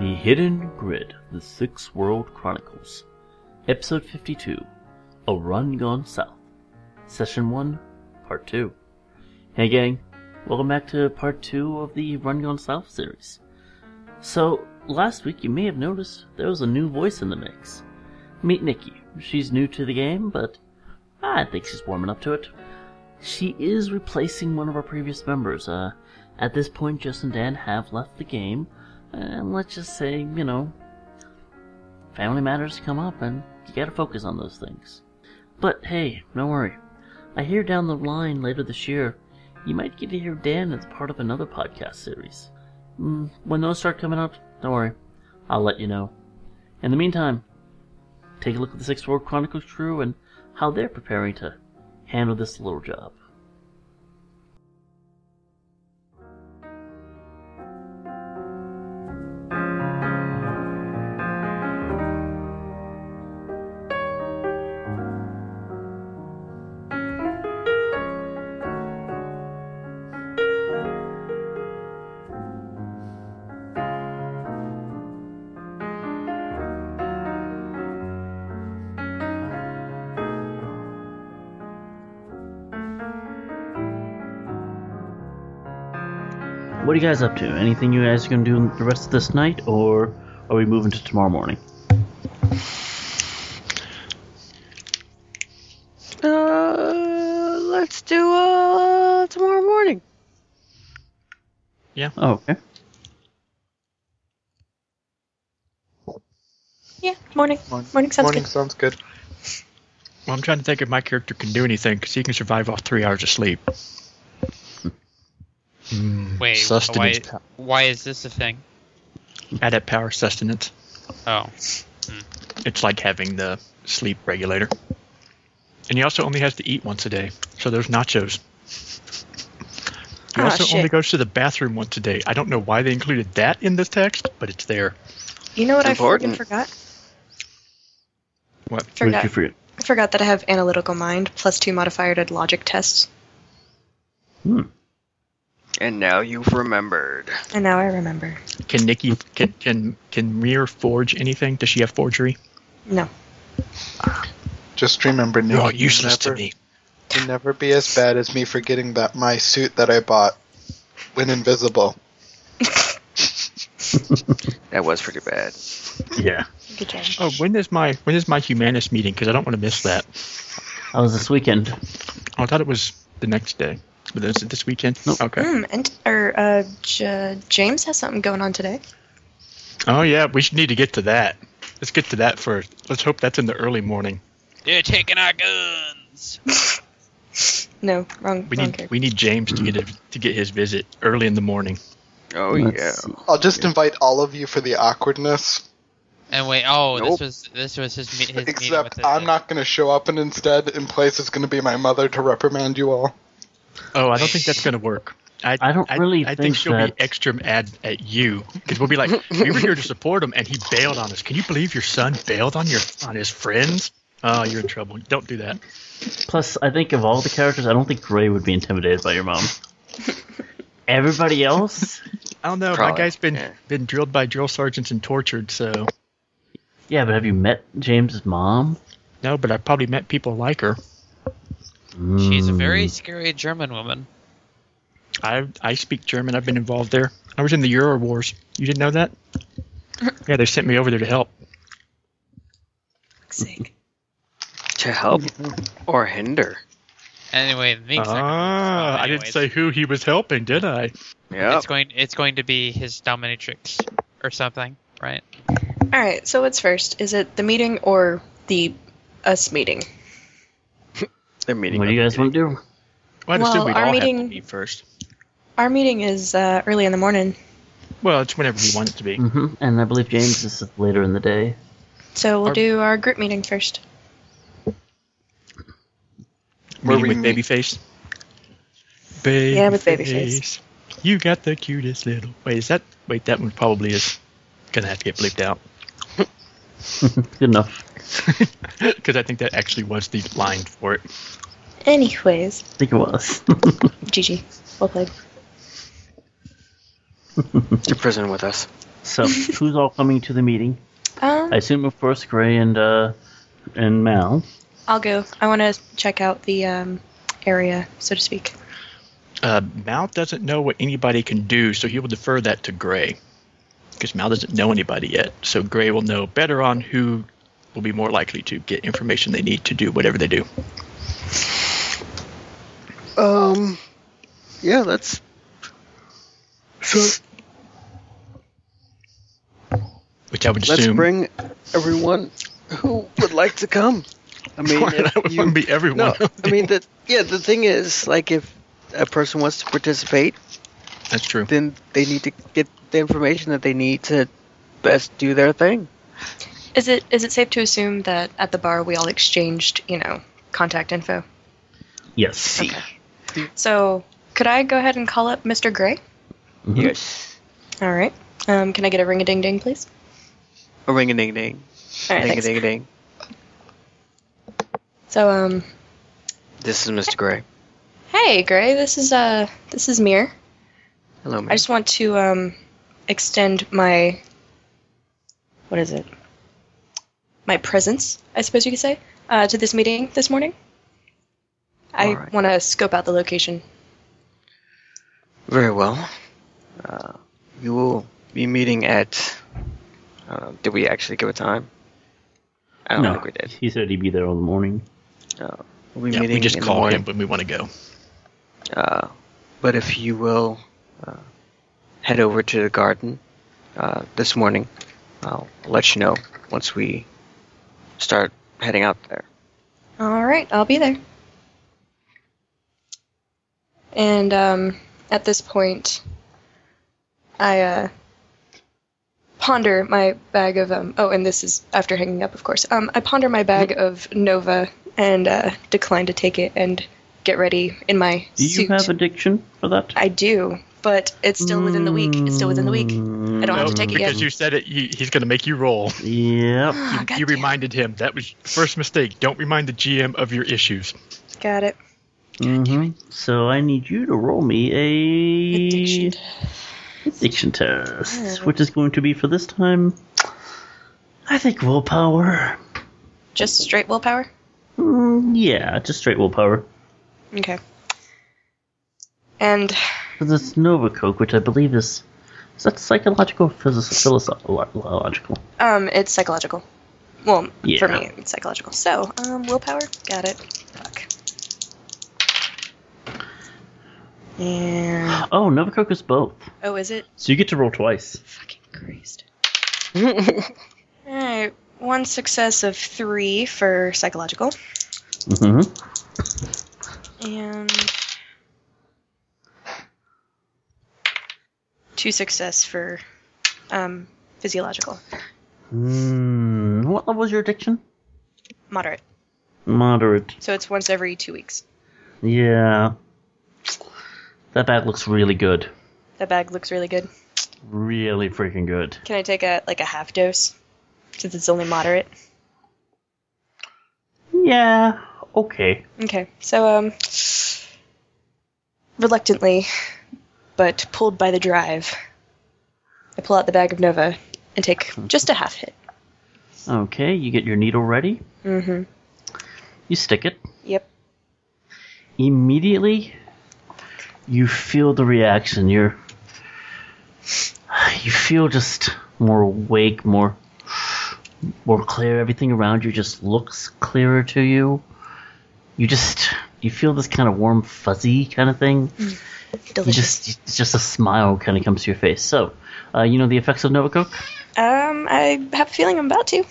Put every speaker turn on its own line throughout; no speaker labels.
Hidden Grid, The Six World Chronicles, Episode 52, A Run Gone South, Session 1, Part 2. Hey gang, welcome back to Part 2 of the Run Gone South series. So, last week you may have noticed there was a new voice in the mix. Meet Nikki. She's new to the game, but I think she's warming up to it. She is replacing one of our previous members. Uh, at this point, Jess and Dan have left the game, and let's just say, you know, family matters come up, and you gotta focus on those things. But hey, don't worry. I hear down the line later this year, you might get to hear Dan as part of another podcast series. Mm, when those start coming out, don't worry. I'll let you know. In the meantime, take a look at the Six World Chronicles crew and how they're preparing to handle this little job. What are you guys up to? Anything you guys are gonna do the rest of this night, or are we moving to tomorrow morning?
Uh, let's do uh tomorrow morning.
Oh, okay.
Yeah, morning.
Morning.
Morning sounds
Morning sounds good.
Well, I'm trying to think if my character can do anything because he can survive off three hours of sleep. Mm,
Wait,
sustenance,
why- Why is this a thing?
pa- added power sustenance.
Oh,
It's like having the sleep regulator. And he also only has to eat once a day, so there's nachos. He
Ah,
also only
shit.
goes to the bathroom once a day. I don't know why they included that in this text, but it's there.
good. You know what I freaking
Important.
forgot?
What?
What did
Forgot.
you forget?
I forgot that I have analytical mind plus two modifier to logic tests,
And now you've remembered.
and now I remember.
Can Nikki can can can Mir forge anything? Does she have forgery?
No,
Just remember, Nick.
You're all useless
never,
to me.
You never be as bad as me for getting that my suit that I bought when invisible.
That was pretty bad.
Yeah.
good job.
Oh, when is my when is my humanist meeting? Because I don't want to miss that.
That was this weekend.
Oh, I thought it was the next day. But is it this weekend?
Nope.
Okay.
Hmm, and or uh, J- James has something going on today.
Oh yeah, we should need to get to that. Let's get to that first. Let's hope that's in the early morning.
they're taking our guns.
No, wrong.
We need
wrong character.
we need James to get a, to get his visit early in the morning.
Oh
Let's
yeah.
see.
I'll just invite all of you for the awkwardness.
And wait, oh,
Nope.
this was this was his, me- his meeting with
Except
the,
I'm not going to show up, and instead, in place, is going to be my mother to reprimand you all.
Oh, I don't think that's gonna work. I,
I don't really
I,
think
think she'll
that-
be extra mad at you because we'll be like, we were here to support him and he bailed on us. Can you believe your son bailed on your on his friends? Oh, you're in trouble. Don't do that.
Plus, I think of all the characters, I don't think Gray would be intimidated by your mom. Everybody else?
I don't know. My
Probably,
guy's been
yeah.
been drilled by drill sergeants and tortured, so
Yeah, but have you met James's mom?
no. But I've probably met people like her.
She's a very
Mm.
scary German woman.
I I speak German. I've been involved there. I was in the Euro Wars. You didn't know that? Yeah, they sent me over there to help.
Fuck's sake.
To help or hinder.
Anyway, the meeting's not gonna
Ah,
be
I
tomorrow
didn't say
anyways.
who he was helping, did I?
Yeah.
it's going. It's going to be his dominatrix or something, right?
All right. So what's first? Is it the meeting or the us meeting?
They're meeting.
What do you guys want to do?
Well, I
Well,
assume we'd
our
all have
meeting-
to meet first.
Our meeting is uh, early in the morning,
Well, it's whenever we want it to be.
hmm And I believe James is later in the day.
so we'll
Our-
do our group meeting first.
Where
Meeting
we
with
meet-
Babyface. Babyface.
Yeah, with Babyface.
You got the cutest little. Wait, is that? Wait, that one probably is gonna have to get bleeped out
Good enough.
because I think that actually was the line for it.
Anyways,
I think it was.
GG. Well played.
to prison with us.
So who's all coming to the meeting?
Um,
I assume of course Gray and uh and Mal.
I'll go. I want to check out the um, area, so to speak.
Uh, Mal doesn't know what anybody can do, so he will defer that to Gray. Because Mal doesn't know anybody yet, so Gray will know better on who will be more likely to get information they need to do whatever they do.
Um, yeah, let's.
Which I would
Let's
assume
bring everyone who would like to come. I mean, if
that would
you,
be everyone.
no, I mean the yeah. The thing is, like, if a person wants to participate,
That's true.
then they need to get the information that they need to best do their thing.
Is it is it safe to assume that at the bar we all exchanged, you know, contact info?
Yes.
So could I go ahead and call up Mr. Gray?
Mhm.
Yes.
All right. Um, can I get a ring a ding ding, please?
A ring a ding ding.
All right,
Ring a
thanks.
ding ding.
So, um,
This is Mr. Gray.
hey, Gray, this is uh, this is Mir.
Hello, man.
I just want to um, extend my what is it? My presence, I suppose you could say, uh, to this meeting this morning. I
All right.
want to scope out the location.
Very well. Uh, you will be meeting at. I don't know. Did we actually give a time? I don't
No.
think we did.
He said he'd be there all the morning.
No. We'll be
Yeah,
meeting
we just
in the
call
morning.
him when we want to go.
Uh, but if you will uh, head over to the garden uh, this morning, I'll let you know once we start heading out there.
All right, I'll be there. And um, at this point, I uh, ponder my bag of um. Oh, and this is after hanging up, of course. Um, I ponder my bag
Mm-hmm.
of Nova and uh, decline to take it and get ready in my
Do you
suit.
have addiction for that?
I do, but it's still within the week. It's still within the week.
I
don't
Mm-hmm.
have
No,
to take it yet.
because you said it, you, he's going to make you roll.
Mm, Yep.
Ah,
you
goddamn.
reminded him that was your first mistake. Don't remind the GM of your issues.
Got it.
hmm So I need you to roll me a
Addiction. Oh.
addiction test,
Alright.
which is going to be for this time. I think willpower.
Just straight willpower.
Mm, yeah, just straight willpower.
Okay. And
For this Nova Coke, which I believe is is that psychological or philosophical?
Um, it's psychological. Well,
Yeah.
for me, it's psychological. So, um, willpower. Got it. Fuck. And
Oh, Nova Coke is both.
oh, is it
So you get to roll twice.
fucking Christ?
Oh,
All right, one success of three for psychological,
hmm
and two success for um, physiological.
Mm, what level is your addiction?
Moderate.
Moderate.
So it's once every two weeks.
Yeah. That bag looks really good.
That bag looks really good.
Really freaking good.
Can I take a like a half dose? Since it's only moderate.
Yeah. Okay.
Okay. So um reluctantly, but pulled by the drive, I pull out the bag of Nova and take just a half hit.
Okay, you get your needle ready.
Mm-hmm.
You stick it.
Yep.
Immediately, you feel the reaction. You're. You feel just more awake, more. More clear. Everything around you just looks clearer to you. You just. You feel this kind of warm, fuzzy kind of thing. You
Delicious.
just. It's just a smile kind of comes to your face. So, uh, you know the effects of Nova Coke?
Um, I have a feeling I'm about to.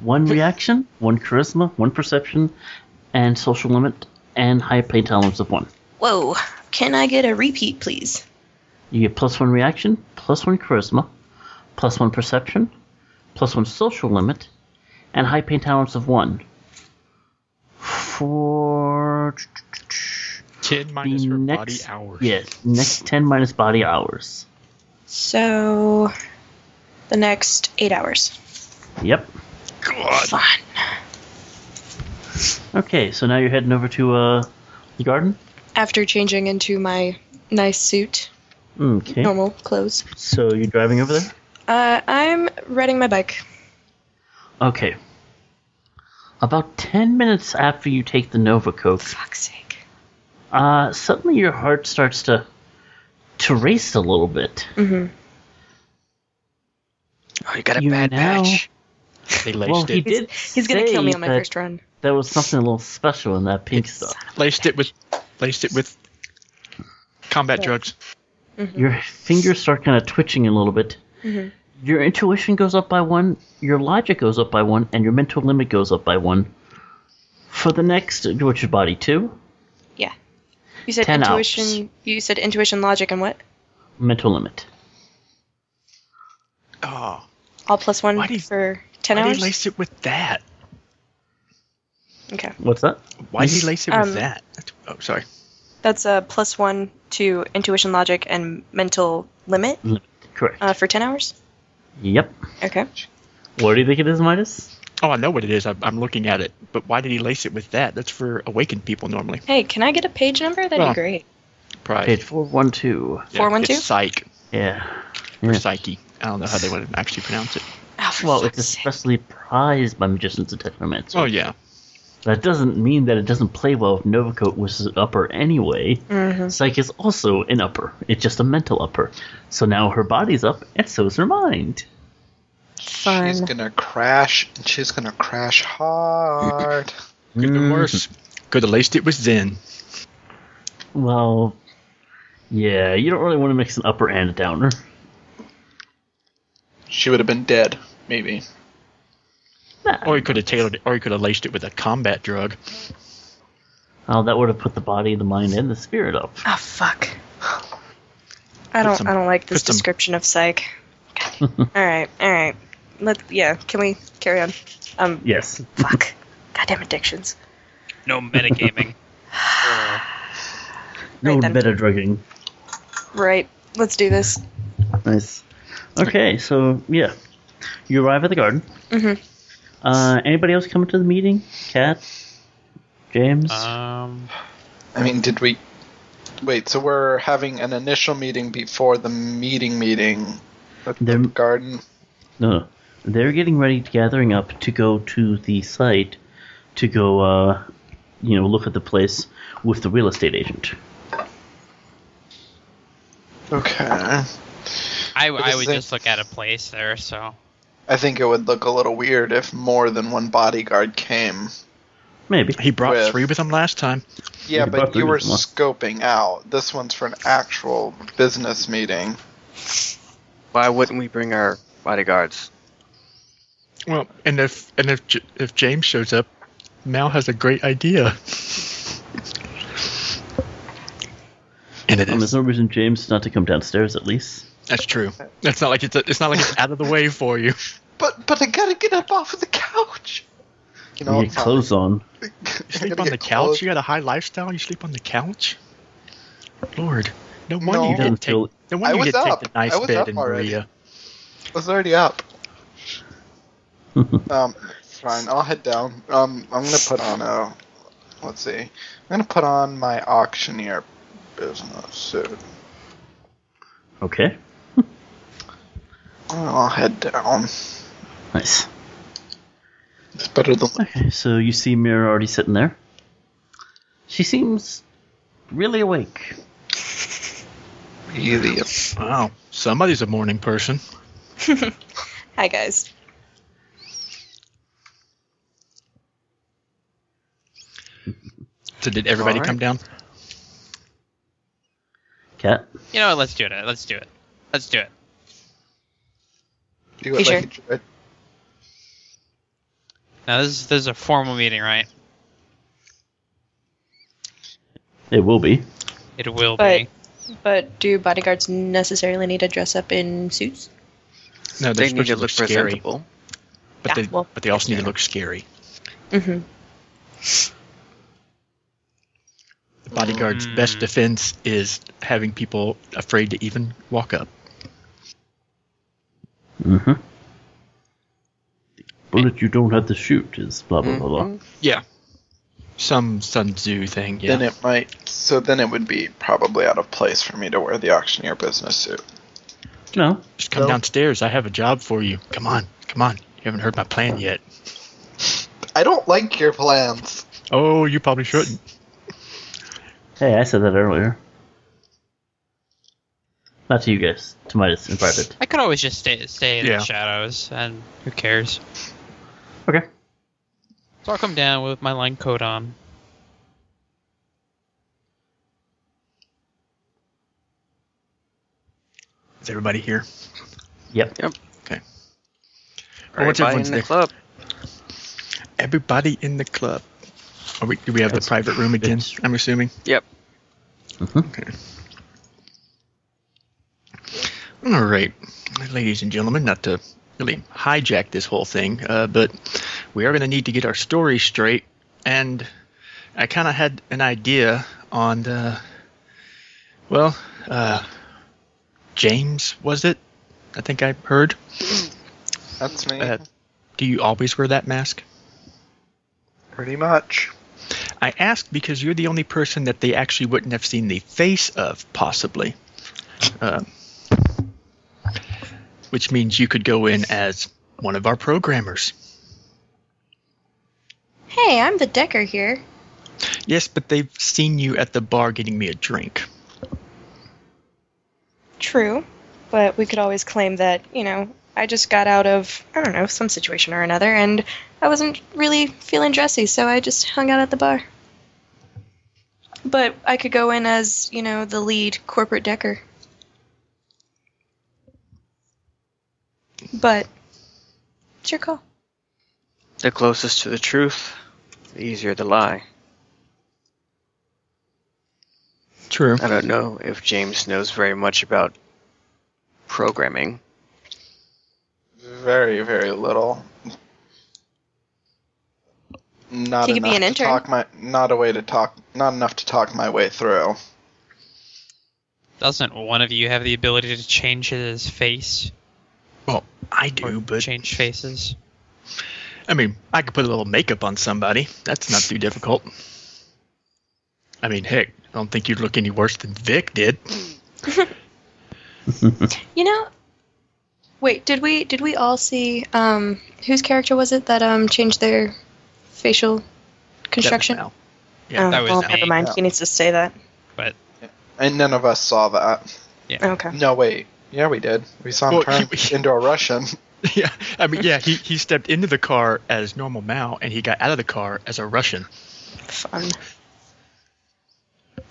one reaction, one charisma, one perception, and social limit, and high pain tolerance of one.
Whoa. Can I get a repeat, please?
You get plus one reaction, plus one charisma, plus one perception, plus one social limit, and high pain tolerance of one. For
Ten
the
minus her body
next,
hours.
yes, next ten minus body hours.
So the next eight hours.
Yep.
God.
Fun.
Okay, so now you're heading over to uh, the garden.
After changing into my nice suit,
Okay.
normal clothes.
So you're driving over there.
Uh, I'm riding my bike.
Okay. About 10 minutes after you take the Nova Coke,
Fuck's sake.
uh, suddenly your heart starts to to race a little bit.
hmm
Oh, you got a
You
bad
now-
match.
They laced
Well, he
it.
did.
He's gonna kill
say
me on my
that
first run.
There was something a little special in that pink stuff.
Laced it with, laced it with combat drugs.
Your fingers start kind of twitching a little bit.
Mm-hmm.
Your intuition goes up by one, your logic goes up by one, and your mental limit goes up by one. For the next, which is body two,
Yeah. You said
10
intuition. You said intuition, logic, and what?
mental limit.
Oh,
All plus one
Why do you-
for ten
why did
hours.
he lace it with that?
Okay,
What's that?
Why did he lace it
Um,
with that? That's- Oh, sorry.
that's a plus one to intuition, logic, and mental limit
Limit. Correct.
uh, for ten hours.
yep.
Okay.
What do you think it is, Midas?
Oh, I know what it is. I'm, I'm looking at it. But why did he lace it with that? That's for awakened people normally.
Hey, can I get a page number? That'd
Well,
be great.
Pride.
Page four one two.
Yeah,
412?
It's psych
Yeah.
or
Yeah.
psyche. I don't know how they would actually pronounce it.
Oh, for
Well,
fuck's
it's
sake.
especially prized by magicians and technomancers.
Oh yeah.
That doesn't mean that it doesn't play well if Novacote was an upper anyway. Psyche is also an upper. It's just a mental upper. So now her body's up, and so is her mind.
She's
Fun.
gonna crash, and she's gonna crash hard.
Could
Mm-hmm.
have been worse. Could have laced it with Zen.
Well, yeah, you don't really want to mix an upper and a downer.
she would have been dead, maybe.
Or he could have tailored it, or he could have laced it with a combat drug.
Oh, that would have put the body, the mind, and the spirit up.
Oh fuck. I don't.
some-
I don't like this
put some-
description of psych. God. all right. All right. Let. Yeah. Can we carry on? Um.
Yes.
Fuck. Goddamn addictions.
No metagaming.
No
Right then.
meta drugging.
Right. Let's do this.
Nice. Okay, so yeah, you arrive at the garden.
Mhm.
Uh, anybody else coming to the meeting? Kat, James.
um,
I mean, did we? Wait, so we're having an initial meeting before the meeting meeting at the
Them-
garden.
no, no, they're getting ready, gathering up to go to the site to go, uh, you know, look at the place with the real estate agent.
Okay.
I,
But
I
this
would
thing-
just look at a place there. So
I think it would look a little weird if more than one bodyguard came.
Maybe.
He brought
With-
three with him last time.
Yeah,
could
but
probably
you
do
were
this one.
scoping out. This one's for an actual business meeting.
Why wouldn't we bring our bodyguards?
Well, and if and if J- if James shows up, Mal has a great idea. and it
Um, there's
is.
no reason James not to come downstairs at least.
That's true. It's not like it's a, it's not like it's out of the way for you.
But but I gotta get up off of the couch. You
You
know,
get clothes on.
You sleep on the couch. You got a high lifestyle. You sleep on the couch. Lord, no wonder
No.
you
He doesn't
didn't take.
feel.
No
I
wonder you
was
didn't
up.
take the nice
I was up
bed in
already.
Maria.
I was already up. um, fine. I'll head down. Um, I'm gonna put on a. Let's see. I'm gonna put on my auctioneer business suit.
Okay.
I'll head down.
Nice.
It's better than.
Okay, so you see Mira already sitting there. She seems really awake.
Really.
Wow, somebody's a morning person.
Hi guys.
So did everybody
Alright.
come down?
Cat.
you know, what, let's do it. Let's do it. Let's do it.
Do
You
it
sure?
like a droid.
Now this is this is a formal meeting, right?
It will be.
It will
But
be.
but do bodyguards necessarily need to dress up in suits?
No, they're
They need
supposed
to look
scary,
presentable.
but
Yeah,
they
well-
but they also need to look scary.
Mm-hmm.
The bodyguard's
Hmm.
best defense is having people afraid to even walk up.
Mm-hmm. Bullet you don't have to shoot is blah blah blah
Hmm?
blah.
Yeah, some Sun Tzu thing. Yeah,
Then it might. So then it would be probably out of place for me to wear the auctioneer business suit.
No.
Just come
No.
downstairs. I have a job for you. Come on, come on. You haven't heard my plan yet.
I don't like your plans.
Oh, you probably shouldn't.
Hey, I said that earlier. Not to you guys, to Midas in private.
I could always just stay stay in
Yeah.
the shadows, and who cares?
Okay.
So I'll come down with my line coat on.
Is everybody here?
Yep.
Well, what's everyone's
Everybody in
name?
the club.
Everybody in the club. Are we, do we have the private room again?
it's-
I'm assuming.
Yep.
Okay. All right, ladies and gentlemen, not to really hijack this whole thing, uh, but we are going to need to get our story straight. And I kind of had an idea on the, well, uh, James was it? I think I heard.
That's me.
Uh, do you always wear that mask?
Pretty much.
I asked because you're the only person that they actually wouldn't have seen the face of, possibly. Um, which means you could go in as one of our programmers.
Hey, I'm the Decker here.
Yes, but they've seen you at the bar getting me a drink.
True, but we could always claim that, you know, I just got out of, I don't know, some situation or another, and I wasn't really feeling dressy, so I just hung out at the bar. But I could go in as, you know, the lead corporate Decker. But it's your call.
The closest to the truth, the easier the lie.
True.
I don't know if James knows very much about programming.
Very, very little. Not
He could
enough
be an
to
intern.
talk my. Not a way to talk. Not enough to talk my way through.
Doesn't one of you have the ability to change his face
Well, I
or
do, but
change faces?
I mean, I could put a little makeup on somebody. That's not too difficult. I mean, heck, I don't think you'd look any worse than Vic did.
You know, wait, did we did we all see um whose character was it that um changed their facial
That was
construction?
Mal. Yeah,
oh,
that was
well,
me.
never mind. He needs to say that.
And none of us saw that.
Okay.
No, wait. Yeah, we did. We saw him
Well,
turn
he-
into a Russian.
Yeah, I mean, yeah, he, he stepped into the car as normal Mao, and he got out of the car as a Russian.
Fun.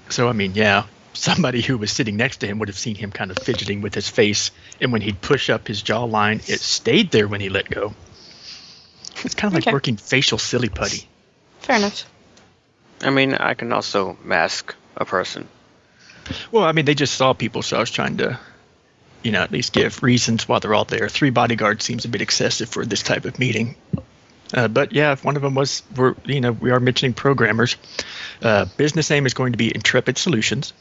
So, I mean, yeah, somebody who was sitting next to him would have seen him kind of fidgeting with his face, and when he'd push up his jawline, it stayed there when he let go. It's kind of like
Okay.
working facial silly putty.
Fair enough.
I mean, I can also mask a person.
Well, I mean, they just saw people, so I was trying to, you know, at least give reasons why they're all there. Three bodyguards seems a bit excessive for this type of meeting. Uh, but yeah, if one of them was, we're, you know, we are mentioning programmers. Uh, business name is going to be Intrepid Solutions,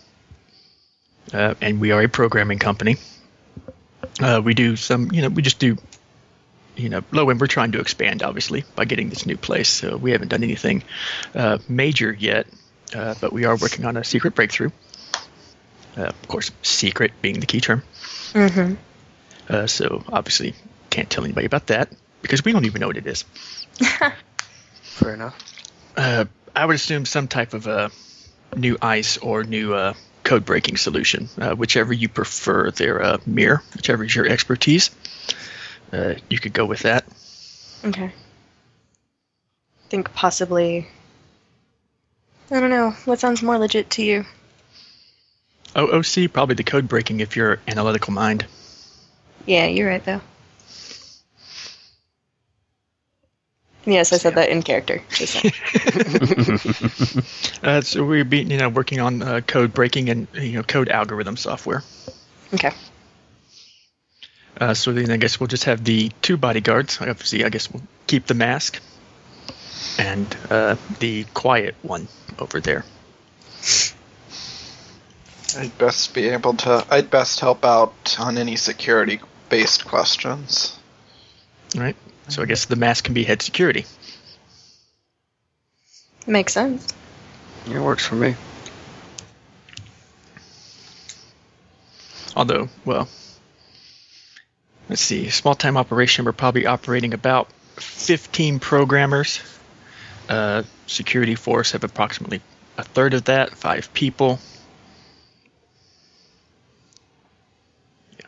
uh, and we are a programming company. Uh, we do some, you know, we just do, you know, low end. We're trying to expand, obviously, by getting this new place. So we haven't done anything uh, major yet, uh, but we are working on a secret breakthrough. Uh, of course, secret being the key term.
Mm-hmm.
Uh, so obviously, can't tell anybody about that because we don't even know what it is.
Fair enough.
Uh, I would assume some type of uh, new ice or new uh, code breaking solution, uh, whichever you prefer. Their uh, mirror, whichever is your expertise. Uh, you could go with that.
Okay. Think possibly. I don't know. What sounds more legit to you?
OOC probably the code breaking if you're analytical mind.
Yeah, you're right though. Yes, I said that in character. Just saying.
Uh, so we'd be you know working on uh, code breaking and you know code algorithm software.
okay.
Uh, so then I guess we'll just have the two bodyguards. Obviously, I guess we'll keep the mask and uh, the quiet one over there.
I'd best be able to. I'd best help out on any security-based questions.
All right. So I guess the mask can be head security.
Makes sense.
It works for me.
Although, well, let's see, small time operation, we're probably operating about 15 programmers. Uh, security force have approximately a third of that, five people. Yeah.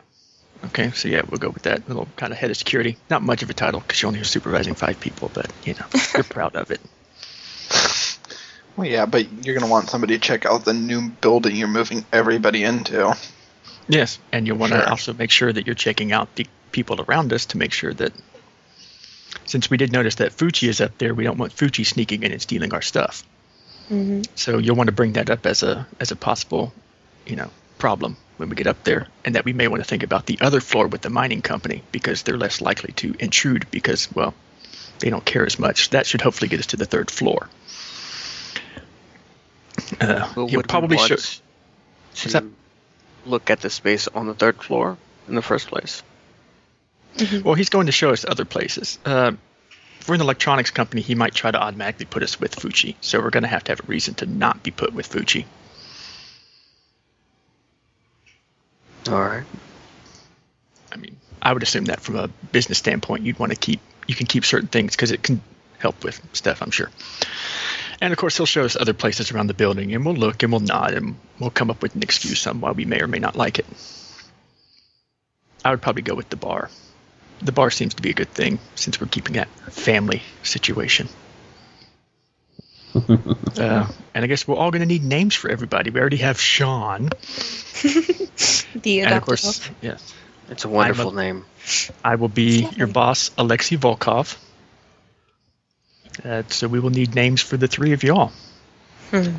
Okay, so yeah, we'll go with that little kind of head of security. Not much of a title because you're only supervising five people, but you know, you're proud of it.
Well, yeah, but you're gonna want somebody to check out the new building you're moving everybody into.
Yes, and you'll want
Sure.
to also make sure that you're checking out the people around us to make sure that, since we did notice that Fuchi is up there, we don't want Fuchi sneaking in and stealing our stuff.
hmm
So you'll want to bring that up as a as a possible, you know, problem when we get up there, and that we may want to think about the other floor with the mining company because they're less likely to intrude because well, they don't care as much. That should hopefully get us to the third floor. Uh,
Well,
you'll
would we
probably
want
show.
to
that?
look at the space on the third floor in the first place.
Well, he's going to show us other places. Uh, if we're an electronics company, he might try to automatically put us with Fuchi. So we're going to have to have a reason to not be put with Fuchi.
All right.
I mean, I would assume that from a business standpoint, you'd want to keep you can keep certain things because it can help with stuff, I'm sure. And of course, he'll show us other places around the building, and we'll look and we'll nod and we'll come up with an excuse on why we may or may not like it. I would probably go with the bar. The bar seems to be a good thing since we're keeping that family situation. uh, and I guess we're all going to need names for everybody. We already have Sean,
The
and of
adoptable.
course, yes.
It's a wonderful name.
I will be your boss, Alexei Volkov. Uh, so we will need names for the three of y'all.
Hmm.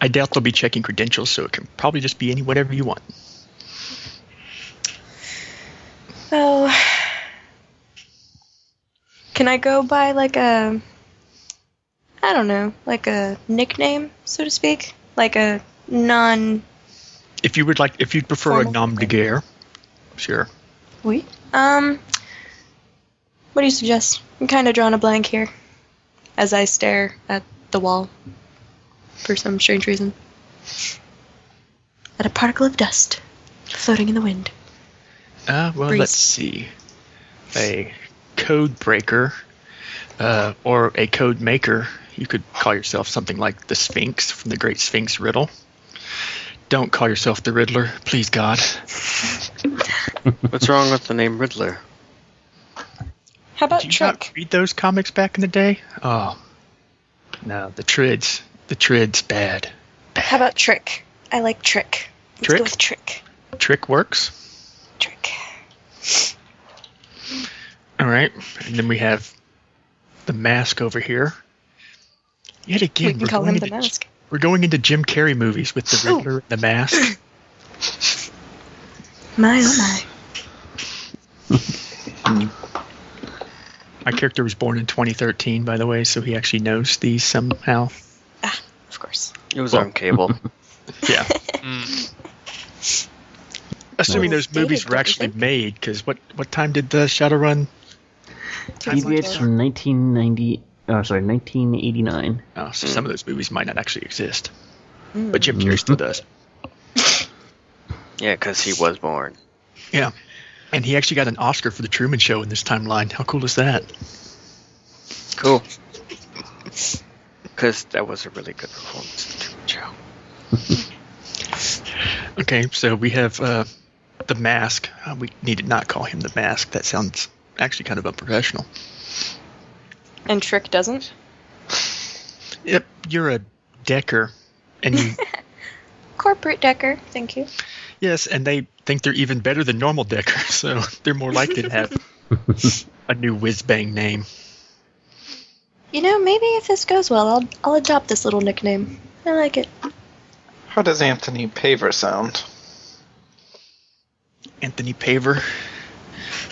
I doubt they'll be checking credentials, so it can probably just be any whatever you want.
Well, can I go by like a, I don't know, like a nickname, so to speak, like a non.
If you would like, if you'd prefer a
Formal.
nom de guerre, sure.
Oui. Um. What do you suggest? I'm kind of drawing a blank here, as I stare at the wall, for some strange reason, at a particle of dust floating in the wind.
Uh, well,
Breeze.
let's see. A code breaker uh, or a code maker. You could call yourself something like the Sphinx from the Great Sphinx Riddle. Don't call yourself the Riddler, please, God.
What's wrong with the name Riddler?
How about
Did you
trick?
not read those comics back in the day? Oh, no, the Trids, the Trids, bad.
How about trick? I like trick. Let's
Trick?
go with trick.
Trick works.
Trick.
All right, and then we have the mask over here. Yet again,
we can
we're
call
going
him the
into-
mask.
We're going into Jim Carrey movies with the
Oh.
Riddler, and the mask.
My oh my.
My character was born in 2013, by the way, so he actually knows these somehow.
Of course.
It was
Well-
on cable.
Yeah.
Mm.
Assuming
Well,
those
it's dated,
movies were
don't you
actually
think?
made, because what what time did the Shadowrun?
He dates from 1990. Oh, sorry, 1989.
Oh, so some of those movies might not actually exist, but Jim Carrey still does.
Yeah, because he was born.
Yeah. And he actually got an Oscar for the Truman Show in this timeline. How cool is that?
Cool. Because that was a really good performance. Joe.
Okay, so we have uh, the mask. Uh, we need to not call him the mask. That sounds actually kind of unprofessional.
And trick doesn't.
Yep, you're a decker, and you,
Corporate Decker, thank you.
yes, and they think they're even better than normal deckers, so they're more likely to have a new whiz bang name.
You know, maybe if this goes well, I'll I'll adopt this little nickname. I like it.
How does Anthony Paver sound?
Anthony Paver.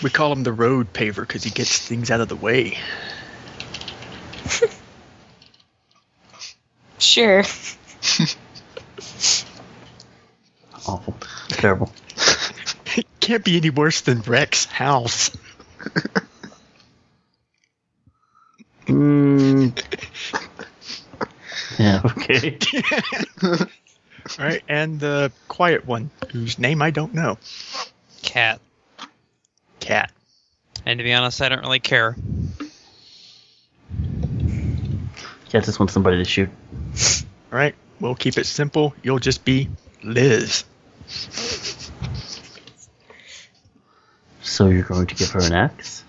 We call him the road paver because he gets things out of the way.
Sure.
Awful. Terrible.
It can't be any worse than Rex House.
Mm. Yeah, okay.
right, and the quiet one, whose name I don't know.
Cat.
Cat.
And to be honest, I don't really care.
Yeah, I just want somebody to shoot.
All right, we'll keep it simple. You'll just be Liz.
So you're going to give her an axe?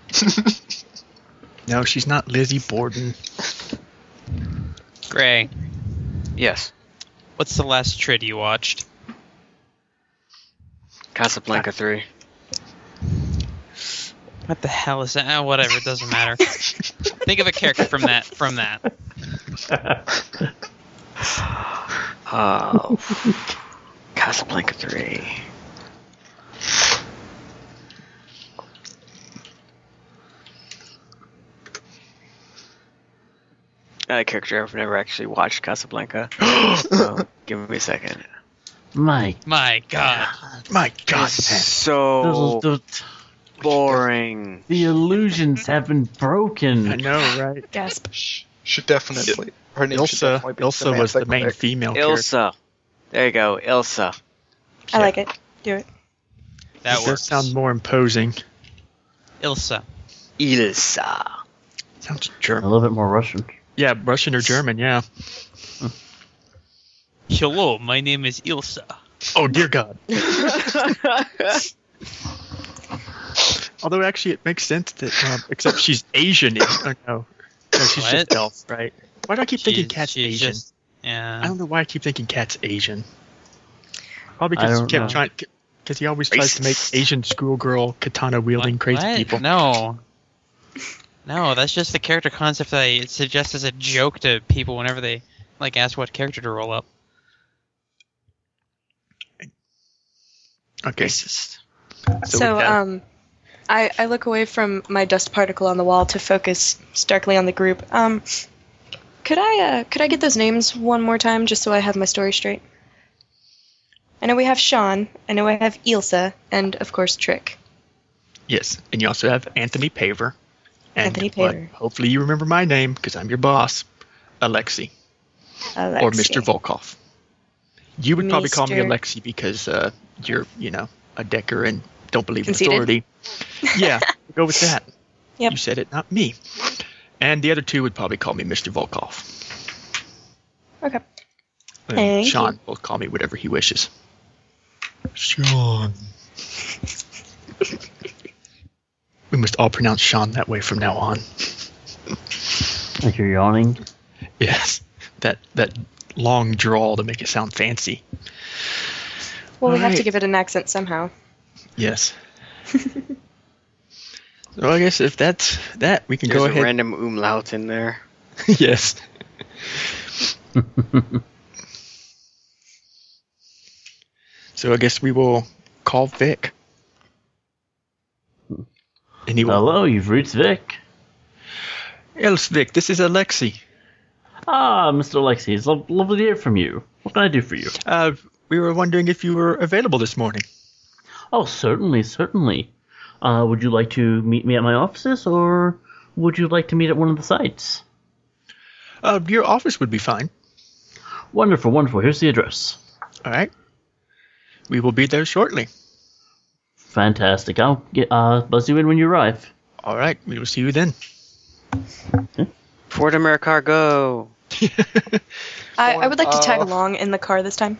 No, she's not Lizzie Borden.
Gray,
Yes.
what's the last trid you watched?
Casablanca 3.
What the hell is that? Oh, whatever, it doesn't matter. Think of a character from that. From that.
Oh. Casablanca 3. Not a character I've never actually watched Casablanca. so give me a second.
My
My God.
My God,
It's
Pat.
so
those- those-
boring.
the illusions have been
I
broken.
know, right?
Gasp.
Sh- should definitely. Her name should
Ilsa,
definitely be
Ilsa was the
Samantha
main
Crick.
female character.
Ilsa. There you go, Ilsa.
I like it. Do it.
That
It
works.
does sound more imposing.
Ilsa.
Ilsa.
Sounds
A
German.
little bit more Russian.
Yeah, Russian or German, yeah.
Hello, my name is Ilsa.
Oh, dear God. Although, actually, it makes sense that, um, except she's Asian. If, oh, no. no, she's
What?
just elf, right? Why do I keep thinking cat's
she's
Asian?
just-
I
yeah.
don't know why I keep thinking cat's Asian. Probably
I
because he
don't
kept
know.
trying, because he always tries to make Asian schoolgirl katana wielding
What?
crazy
What?
people.
No. No, that's just the character concept that I suggest as a joke to people whenever they like ask what character to roll up.
Okay.
So,
we have-
um, I, I look away from my dust particle on the wall to focus starkly on the group. Um, could I uh, could I get those names one more time just so I have my story straight? I know we have Sean. I know I have Ilsa, and of course Trick.
Yes, and you also have Anthony Paver. And
Anthony
what-
Paver.
hopefully you remember my name because I'm your boss, Alexi or Mr.
Alexia.
Volkov. You would probably call me
Mr..
Alexi because uh, you're, you know, a decker and don't believe
Conceited?
in authority. Yeah, go with that.
Yep.
You said it, not me. And the other two would probably call me Mr. Volkov.
Okay.
And
Thank you.
Sean will call me whatever he wishes. Sean. we must all pronounce Sean that way from now on.
Like you're yawning.
Yes, that that long drawl to make it sound fancy.
Well, we have to
Alright.
give it an accent somehow.
Yes. well, I guess if that's that, we can
There's
go
a
ahead.
random umlaut in there.
yes. so I guess we will call Vic. And he will.
Hello, you've reached Vic.
Else, Vic, this is Alexi.
Ah, Mr. Alexei, it's lo- lovely to hear from you. What can I do for you?
Uh, we were wondering if you were available this morning.
Oh, certainly, certainly. Uh, would you like to meet me at my offices, or would you like to meet at one of the sites?
Uh, your office would be fine.
Wonderful, wonderful. Here's the address.
All right. We will be there shortly.
Fantastic. I'll get, uh, buzz you in when you arrive.
All right. We will see you then.
Ford America, go.
I, I would like to
Oh.
tag
Form of-
along in the car this time,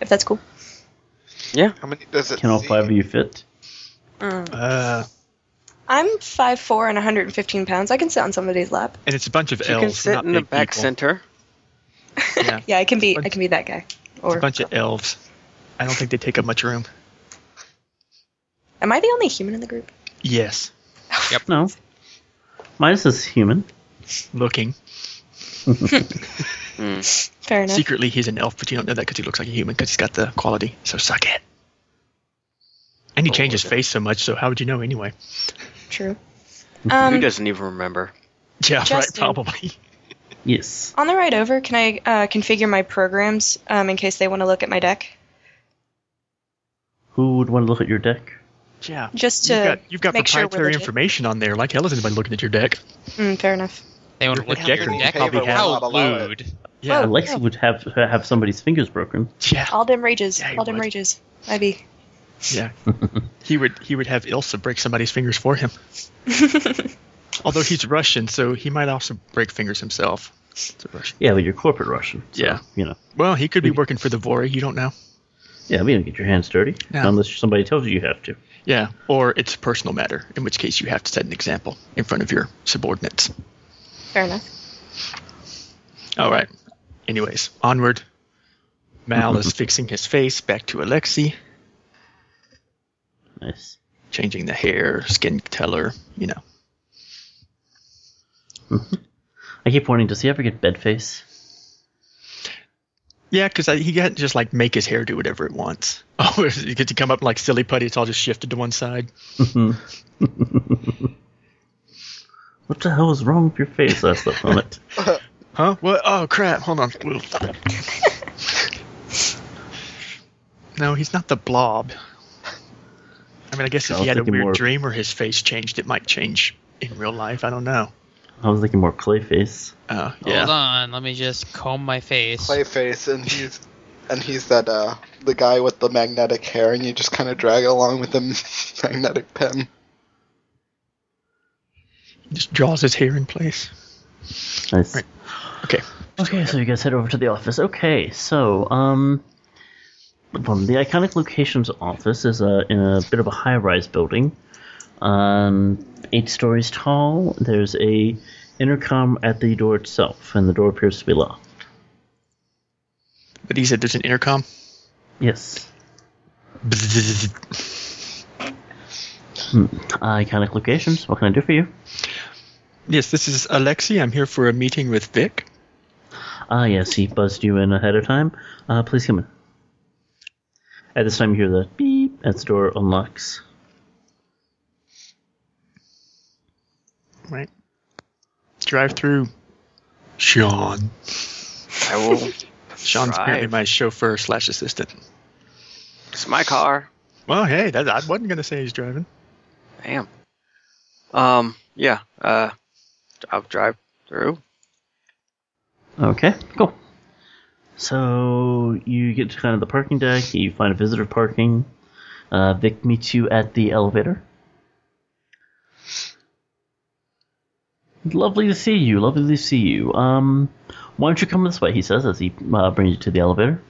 if that's cool.
How many does it?
Can all
see?
five of you fit?
Mm.
Uh,
I'm 5'4 and 115 pounds. I can sit on somebody's lap.
and it's a bunch of
You
L's.
can sit
not
in the
big
back
people.
center.
Yeah,
Yeah, I can be.
Bunch-
I can be that guy.
it's a
Or
bunch of elves. I don't think they take up much room.
am I the only human in the group?
Yes,
No. Minus is human.
looking
Fair enough.
secretly he's an elf, but you don't know that because he looks like a human because he's got the quality. So suck it. And
Oh,
he changed his face so much, so how would you know anyway?
True.
Who
Um,
doesn't even remember?
Yeah, right.
Justin.
Probably.
Yes.
on the ride over, can I uh, configure my programs um, in case they want to look at my deck?
Who would want to look at your deck?
Yeah.
Just
you've
to
got, you've got
make sure we're
proprietary
legit.
information on there. Like hell is anybody looking at your deck?
Mm, fair enough.
They want
Your
to look at
projector
your
needs
deck.
to be
How
half. Allow it.
lewd.
Yeah.
Well-
Alexi would have have somebody's fingers broken.
Yeah.
Oh, All them rages.
Yeah, he
all them
would.
rages. Maybe.
Yeah. he would he would have Ilsa break somebody's fingers for him. Although he's Russian, so he might also break fingers himself. It's a Russian.
Yeah, but you're corporate Russian. so,
Yeah.
You know.
Well, he could be working for the Vori, you don't know.
Yeah, we don't get your hands dirty
No.
unless somebody tells you you have to.
Yeah, or it's a personal matter, in which case you have to set an example in front of your subordinates.
Fair enough.
All right. Anyways, onward. Mal is fixing his face back to Alexi,
Nice.
changing the hair, skin color, you know.
I keep wanting. Does he ever get bed face?
Yeah, because he can't just like make his hair do whatever it wants. Oh, because he come up like silly putty, it's all just shifted to one side.
What the hell is wrong with your face? That's the moment.
Huh? What? Oh crap! Hold on. no, he's not the blob. I mean, I guess
I
if
was
he had a
thinking
weird
more-
dream or his face changed, it might change in real life. I don't know.
I was thinking more clay face.
Uh,
Hold
yeah.
on, let me just comb my face.
Clayface, and he's and he's that uh the guy with the magnetic hair, and you just kind of drag along with him magnetic pen.
He Just draws his hair in place.
Nice.
Right. Okay.
Okay, so you guys head over to the office. Okay, so um, um, the iconic location's office is uh, in a bit of a high-rise building, um, eight stories tall. There's a intercom at the door itself, and the door appears to be locked.
But he said there's an intercom.
Yes. Uh, Iconic locations. What can I do for you?
Yes, this is Alexi. I'm here for a meeting with Vic.
Ah, yes, he buzzed you in ahead of time. Uh, please come in. At this time, you hear the beep as the door unlocks.
Right. Drive through. Sean.
I will.
Sean's apparently
Drive.
my chauffeur slash assistant.
it's my car.
Well, hey, that, I wasn't gonna say he's driving.
I am. Um. Yeah. Uh. I'll drive through.
Okay, cool. So you get to kind of the parking deck. You find a visitor parking. Uh, Vic meets you at the elevator. Lovely to see you. Lovely to see you. Um, why don't you come this way? He says as he uh, brings you to the elevator.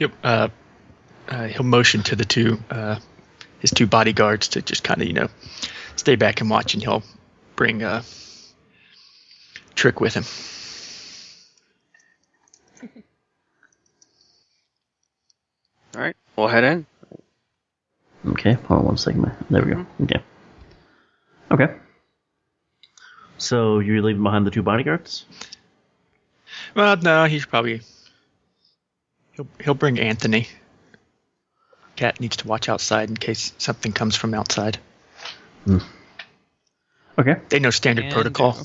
Yep. Uh, uh, he'll motion to the two, uh, his two bodyguards to just kind of you know stay back and watch, and he'll bring uh, Trick with him.
All right. We'll head in.
Okay, hold on one second. man. There we go. Okay. Mm-hmm. Okay. So you're leaving behind the two bodyguards?
Well, no, he's probably he'll he'll bring Anthony. Cat needs to watch outside in case something comes from outside.
Okay.
They know standard
And,
protocol.
uh,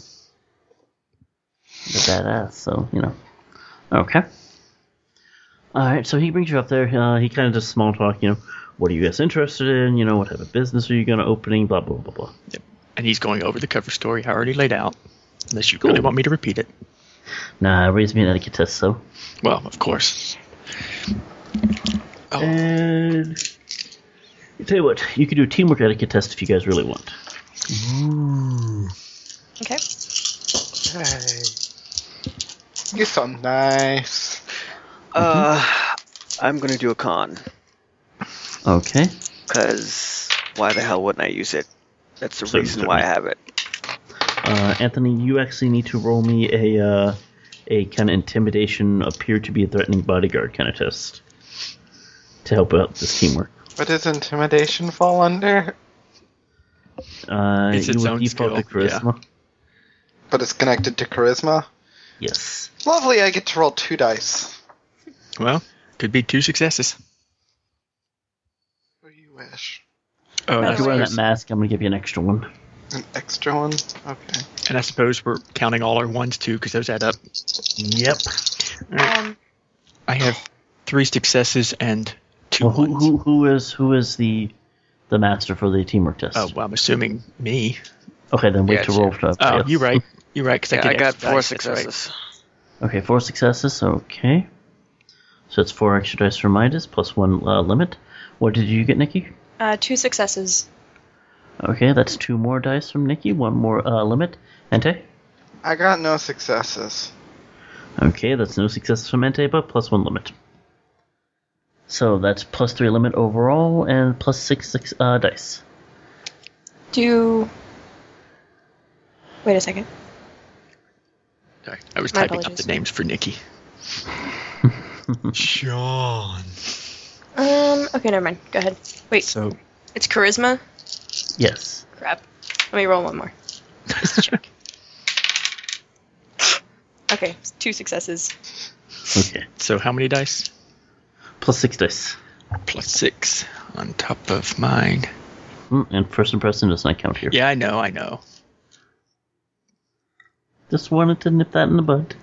the badass, so you know. Okay. All right, so he brings you up there. Uh, he kind of just small talk, you know. What are you guys interested in? You know, what type of business are you going to opening? Blah blah blah blah.
And he's going over the cover story I already laid out. Unless you really
Cool.
want me to repeat it.
Nah, raise me an etiquette test, so.
Well, of course. Oh,
And I tell you what, you could do a teamwork etiquette test if you guys really want.
Okay.
You sound nice.
Uh. I'm gonna do a con.
Okay.
Cause why the hell wouldn't I use it? That's the
Certain-
reason why I have it.
Uh, Anthony, you actually need to roll me a uh, a kind of intimidation, appear to be a threatening bodyguard kind of test to help out this teamwork.
What does intimidation fall under?
Uh,
It's
you
its
would
own
default to
skill, yeah.
charisma.
But it's connected to charisma.
Yes.
Lovely, I get to roll two dice.
well, could be two successes.
What do you wish?
Oh,
if you wear that mask, I'm gonna give you an extra one.
An extra one? Okay.
and I suppose we're counting all our ones too, because those add up.
Yep.
Um,
I have three successes and two
Well, who,
ones.
who who is who is the the master for the teamwork test?
Oh, well, I'm assuming me.
Okay, then wait
Yeah,
to
it's
roll for that.
Oh,
yes.
you're right. You're right. Cause
Yeah,
get
I got
extra
four
dice, that's right.
successes.
Okay, four successes. Okay. So that's four extra dice for Midas plus one uh, limit. What did you get, Nikki?
Uh, two successes.
Okay, that's two more dice from Nikki, one more uh, limit. Ente?
I got no successes.
Okay, that's no successes from Ente, but plus one limit. So that's plus three limit overall and plus six, six uh, dice.
Do. Wait a second.
Sorry, I was
My
typing up
apologies.
the names for Nikki. Sean.
Um. Okay, never mind. Go ahead. Wait,
So
it's charisma.
Yes.
Crap. Let me roll one more. Just to check. okay, two successes.
Okay.
so how many dice?
Plus six dice.
Plus six on top of mine.
Mm, and first impression does not count here.
Yeah, I know. I know.
Just wanted to nip that in the bud.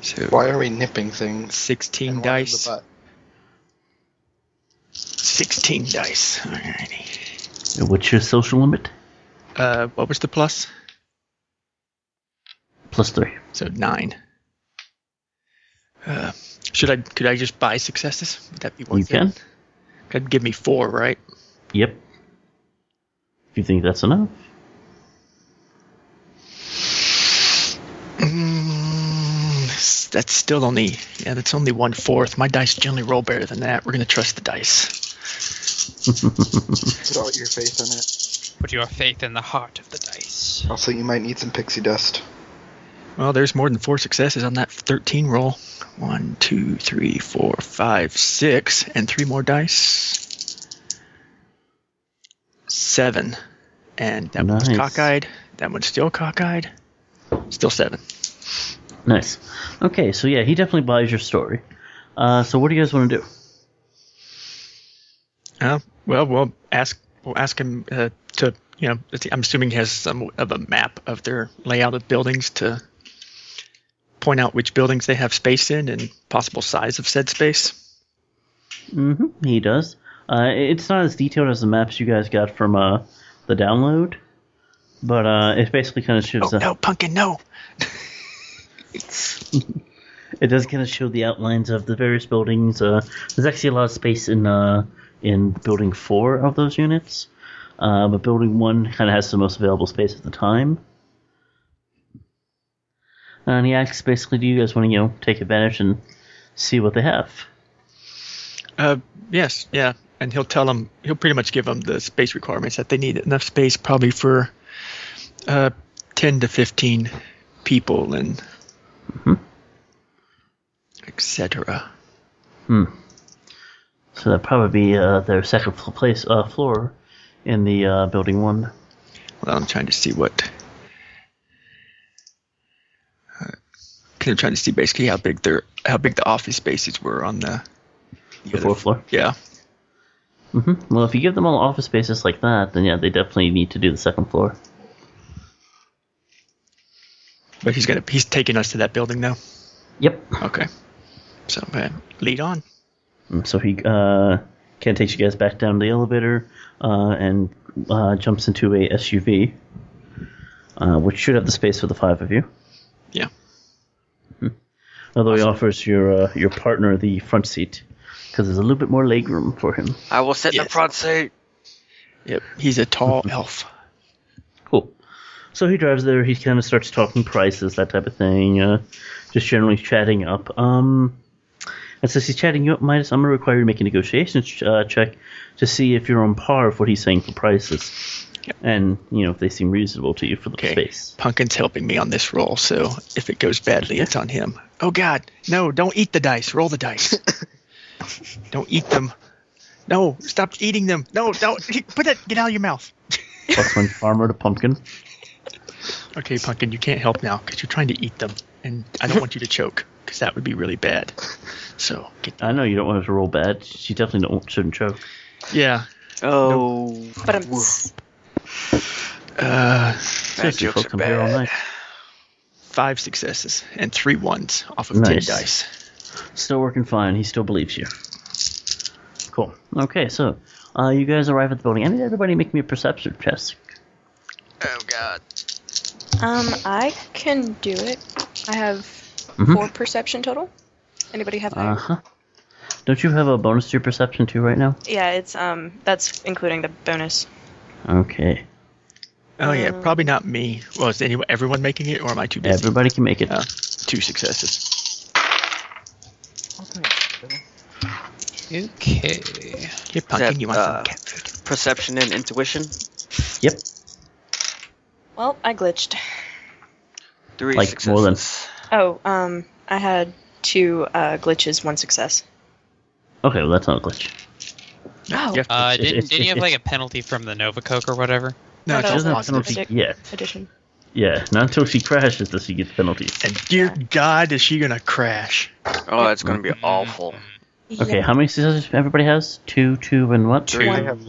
So
Why are we nipping things?
sixteen
And why in the
dice.
butt?
Sixteen dice. Alrighty.
And What's your social limit?
Uh, what was the plus?
Plus three.
So nine. Uh, should I? Could I just buy successes? Would that be worth
You can.
it? That'd give me four, right?
Yep. If you think that's enough.
Mm, that's still only yeah. That's only one fourth. My dice generally roll better than that. We're gonna trust the dice.
Put all your faith in it.
Put your faith in the heart of the dice.
Also, you might need some pixie dust.
Well, there's more than four successes on that thirteen roll. One, two, three, four, five, six, and three more dice. Seven, and that one
Nice.
one's cockeyed. That one's still cockeyed. Still seven.
Nice. Okay, so yeah, he definitely buys your story. Uh, so what do you guys want to do?
Uh, well, we'll ask we'll ask him uh, to you know let's see, I'm assuming he has some of a map of their layout of buildings to point out which buildings they have space in and possible size of said space.
hmm he does. Uh, it's not as detailed as the maps you guys got from uh, the download, but uh, it basically kind of
Oh
shows.
no, pumpkin, no!
It does kind of show the outlines of the various buildings. Uh, there's actually a lot of space in uh, in building four of those units, uh, but building one kind of has the most available space at the time. And he asks basically, do you guys want to you know take advantage and see what they have?
Uh, yes, yeah, and he'll tell them he'll pretty much give them the space requirements that they need enough space probably for uh, ten to fifteen people and etc.
So that'd probably be uh, their second fl- place uh, floor in the uh, building one.
Well, I'm trying to see what. Because uh, I'm trying to see basically how big their how big the office spaces were on the.
The fourth floor.
Yeah.
hmm Well, if you give them all office spaces like that, then yeah, they definitely need to do the second floor.
But he's gonna he's taking us to that building now.
Yep.
Okay. So uh, lead on.
Mm, So he uh, kind of takes you guys back down the elevator uh, and uh, jumps into a SUV, uh, which should have the space for the five of you.
Yeah.
Although he offers your uh, your partner the front seat because there's a little bit more leg room for him.
I will sit in the
Yes.
front seat.
Yep. He's a tall elf.
Cool. So he drives there. He kind of starts talking prices, that type of thing. Uh, just generally chatting up. Um, and since he's chatting you up, Midas, I'm gonna require you to make a negotiations uh, check to see if you're on par with what he's saying for prices, and you know if they seem reasonable to you for the
Okay.
space.
Pumpkin's helping me on this roll, so if it goes badly, it's on him. Oh God, no! Don't eat the dice. Roll the dice. don't eat them. No, stop eating them. No, no. Put that. Get out of your mouth.
Plus one farmer to pumpkin.
Okay, Pumpkin, you can't help now because you're trying to eat them, and I don't want you to choke because that would be really bad. So, get,
I know you don't want her to roll bad. She definitely don't, shouldn't choke.
yeah,
Oh,
But I'm.
uh,
bad
Seriously,
jokes
folks,
are
I'm here all
bad.
night.
five successes and three ones off of
Nice.
ten dice.
Still working fine. He still believes you. Cool. Okay, so Uh, you guys arrive at the building. I need everybody to make me a perception test.
Oh God.
Um, I can do it. I have
Mhm.
four perception total. Anybody have
Uh
that?
huh. Don't you have a bonus to your perception too right now?
Yeah, it's um, that's including the bonus.
Okay.
Oh yeah, probably not me. Well, is anyone everyone making it, or am I too busy?
Everybody can make it.
Uh, two successes.
Okay.
You're
Is that,
punking. You want
uh,
some cat food?
Perception and intuition.
Yep.
Well, I glitched.
Three
Like,
successes.
more than-
Oh, um, I had two uh, glitches, one success.
Okay, well that's not a glitch.
Oh,
You have to-
Uh,
It's-
didn't,
it's-
didn't you have
it's-
like a penalty from the Nova Coke or whatever?
no,
I
She
it's
don't
just
doesn't have
lost.
lost
penalty
it.
yet.
addition.
Yeah, not until she crashes does she get penalties.
And dear God, is she gonna crash?
Oh, it's gonna
Mm-hmm.
be awful.
Okay, how many successes everybody has? Two, two, and what?
Two.
I have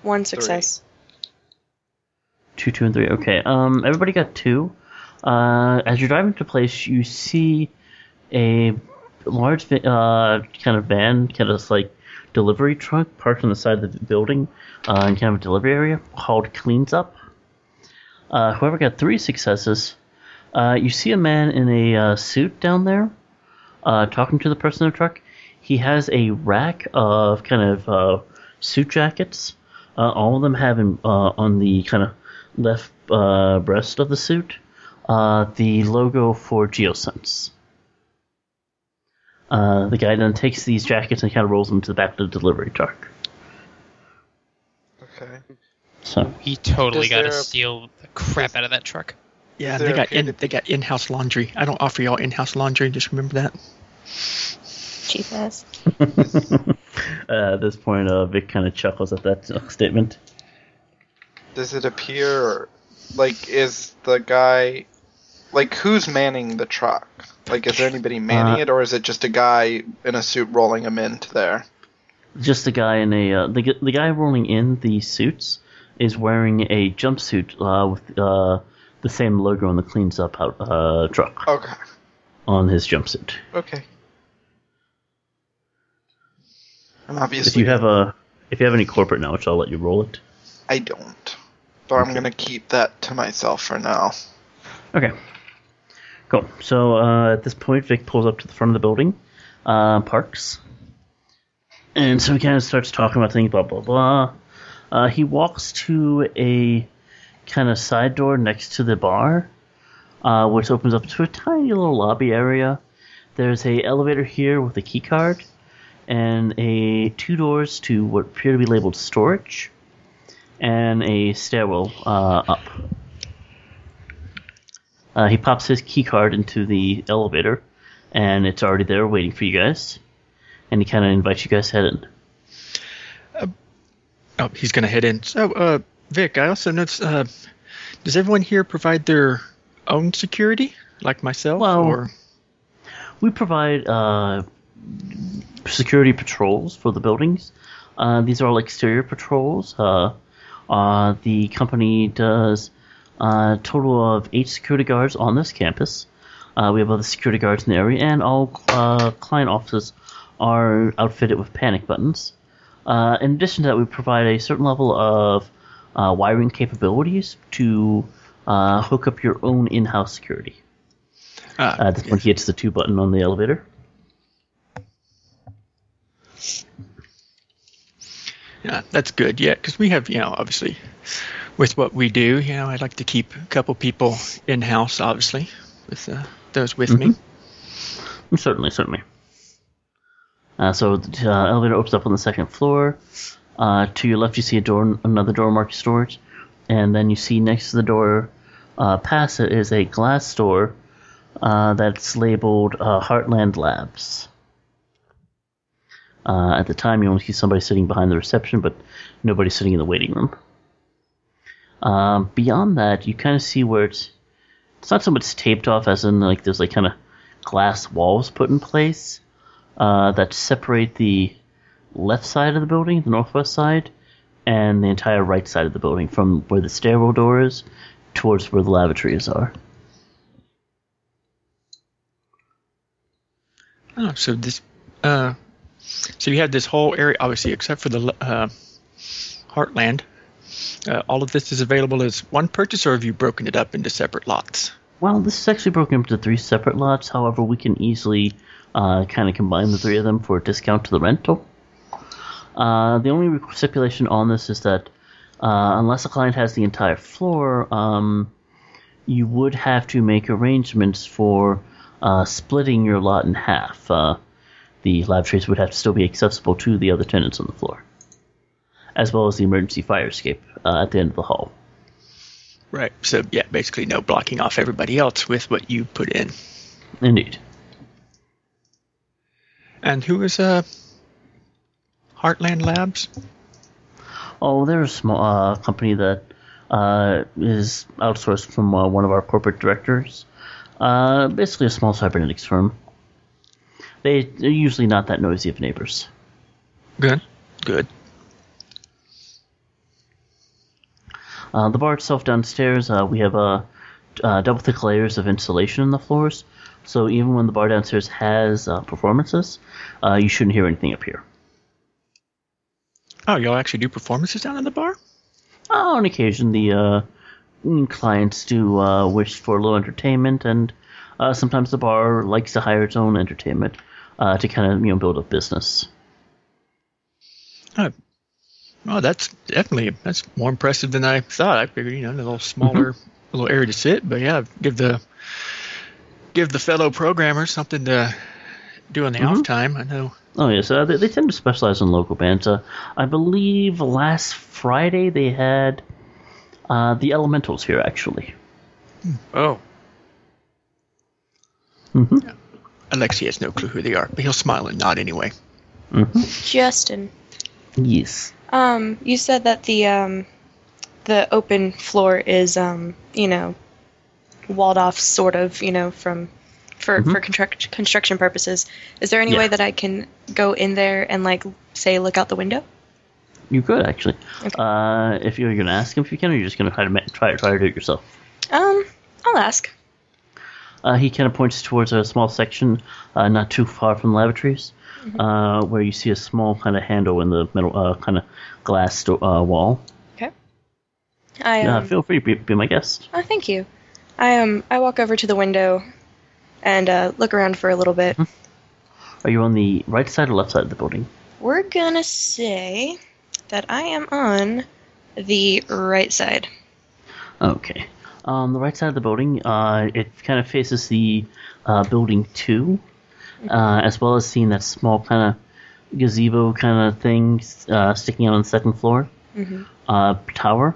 One success.
Two, two, and three. Okay. Um, everybody got two. Uh, as you're driving to place, you see a large va- uh, kind of van, kind of like delivery truck parked on the side of the building uh, in kind of a delivery area called Cleans Up. Uh, whoever got three successes, uh, you see a man in a uh, suit down there uh, talking to the person in the truck. He has a rack of kind of uh, suit jackets. Uh, all of them have him, uh, on the kind of left uh, breast of the suit uh, the logo for Geosense. Uh, the guy then takes these jackets and kind of rolls them to the back of the delivery truck.
Okay.
So,
He totally
Does
got to
there a-
steal the crap out of that truck.
Yeah,
Is
they
there a
got in,
period-
they got in-house laundry. I don't offer y'all in-house laundry. Just remember that.
Cheap ass.
uh, at this point, uh, Vic kind of chuckles at that uh, statement.
Does it appear like is the guy like who's manning the truck? Like is there anybody manning
Uh,
it or is it just a guy in a suit rolling him into there?
Just the guy in a uh, the gu- the guy rolling in the suits is wearing a jumpsuit uh, with uh, the same logo on the cleans up out, uh, truck
Okay.
on his jumpsuit.
Okay. And
If
obviously
you have a if you have any corporate knowledge, I'll let you roll it.
I don't. But I'm gonna keep that to myself for now.
Okay. Cool. So uh, at this point, Vic pulls up to the front of the building, uh, parks, and so he kind of starts talking about things, blah blah blah. Uh, he walks to a kind of side door next to the bar, uh, which opens up to a tiny little lobby area. There's a elevator here with a key card, and a two doors to what appear to be labeled storage, and a stairwell uh, up. Uh, he pops his key card into the elevator, and it's already there waiting for you guys. And he kind of invites you guys to head in.
Oh, he's gonna head in. So, uh, Vic, I also noticed. Uh, does everyone here provide their own security, like myself?
Well-
or
We provide uh, security patrols for the buildings. Uh, these are all exterior patrols. Uh, uh, the company does a total of eight security guards on this campus. Uh, we have other security guards in the area, and all uh, client offices are outfitted with panic buttons. Uh, in addition to that, we provide a certain level of uh, wiring capabilities to uh, hook up your own in-house security.
Ah,
Uh, at this point, he hits the two button on the elevator.
Yeah, that's good. Yeah, because we have, you know, obviously, with what we do, you know, I'd like to keep a couple people in house, obviously, with uh, those with me.
Mm, Certainly, certainly. Uh, so the uh, elevator opens up on the second floor. Uh, to your left, you see a door, another door marked storage, and then you see next to the door, uh, past it is a glass door uh, that's labeled uh, Heartland Labs. Uh, at the time, you only see somebody sitting behind the reception, but nobody sitting in the waiting room. Um, beyond that, you kind of see where it's it's not so much taped off as in like there's like kind of glass walls put in place uh, that separate the left side of the building, the northwest side, and the entire right side of the building from where the stairwell door is towards where the lavatories are.
Oh, so this, uh, so you have this whole area, obviously, except for the le- uh, Heartland. Uh, all of this is available as one purchase, or have you broken it up into separate lots?
Well, this is actually broken up into three separate lots. However, we can easily uh, kind of combine the three of them for a discount to the rental. Uh, the only re- stipulation on this is that uh, unless a client has the entire floor, um, you would have to make arrangements for uh, splitting your lot in half. Uh, the laboratories would have to still be accessible to the other tenants on the floor, as well as the emergency fire escape uh, at the end of the hall.
Right. So yeah, basically no blocking off everybody else with what you put in.
Indeed.
And who is uh Heartland Labs?
Oh, they're a small uh, company that uh, is outsourced from uh, one of our corporate directors. Uh, basically, a small cybernetics firm. They, they're usually not that noisy of neighbors.
Good. Good.
Uh, the bar itself downstairs, uh, we have uh, t- uh, double thick layers of insulation in the floors. So even when the bar downstairs has uh, performances, uh, you shouldn't hear anything up here.
Oh, y'all actually do performances down in the bar?
Uh, on occasion, the uh, mm, clients do uh, wish for a little entertainment, and uh, sometimes the bar likes to hire its own entertainment uh, to kind of you know build up business.
Oh, well, Oh, that's definitely that's more impressive than I thought. I figured, you know, a little smaller, little area to sit, but yeah, give the give the fellow programmers something to do on the off time. I know.
Oh yes, uh, they, they tend to specialize in local bands. Uh, I believe last Friday they had uh, the Elementals here actually.
Oh,
hmm
Alexei has no clue who they are, but he'll smile and nod anyway.
Justin,
Yes.
um, you said that the um, the open floor is um, you know, walled off sort of, you know, from for for construct, construction purposes. Is there any
Yeah.
way that I can go in there and like say look out the window?
You could actually.
Okay.
Uh, if you're going to ask him if you can, or you're just going to try to ma- try, try to do it yourself.
Um, I'll ask.
Uh, he kind of points towards a small section, uh, not too far from the lavatories, uh, where you see a small kind of handle in the middle, uh, kind of glass do- uh, wall.
Okay. I
Uh,
um,
feel free to be, be my guest.
Oh, thank you. I um I walk over to the window and uh, look around for a little bit.
Are you on the right side or left side of the building?
We're gonna say that I am on the right side.
Okay. On the right side of the building, uh, it kind of faces the uh, building 2, uh, as well as seeing that small kind of gazebo kind of thing uh, sticking out on the second floor uh, tower.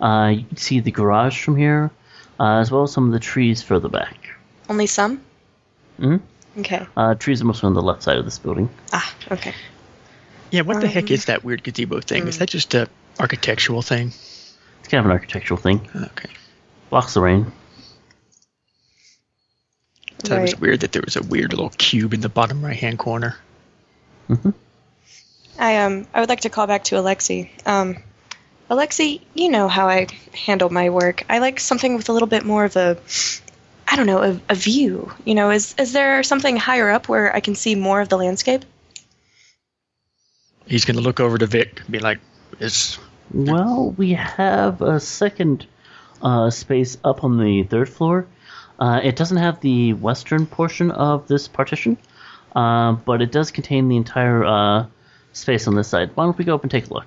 Uh, you can see the garage from here, uh, as well as some of the trees further back.
Only some.
Mhm.
Okay.
Uh, trees are mostly on the left side of this building.
Ah. Okay.
Yeah, what the heck is that weird gazebo thing? Is that just a architectural thing?
It's kind of an architectural thing.
Okay.
Blocks the rain.
So it was
Right.
weird that there was a weird little cube in the bottom right hand corner.
Mm-hmm.
I um I would like to call back to Alexi. Um, Alexi, you know how I handle my work. I like something with a little bit more of a, I don't know, a, a view. You know, is is there something higher up where I can see more of the landscape?
He's gonna look over to Vic and be like, "Is
Well, we have a second uh, space up on the third floor. Uh, it doesn't have the western portion of this partition, uh, but it does contain the entire uh, space on this side. Why don't we go up and take a look?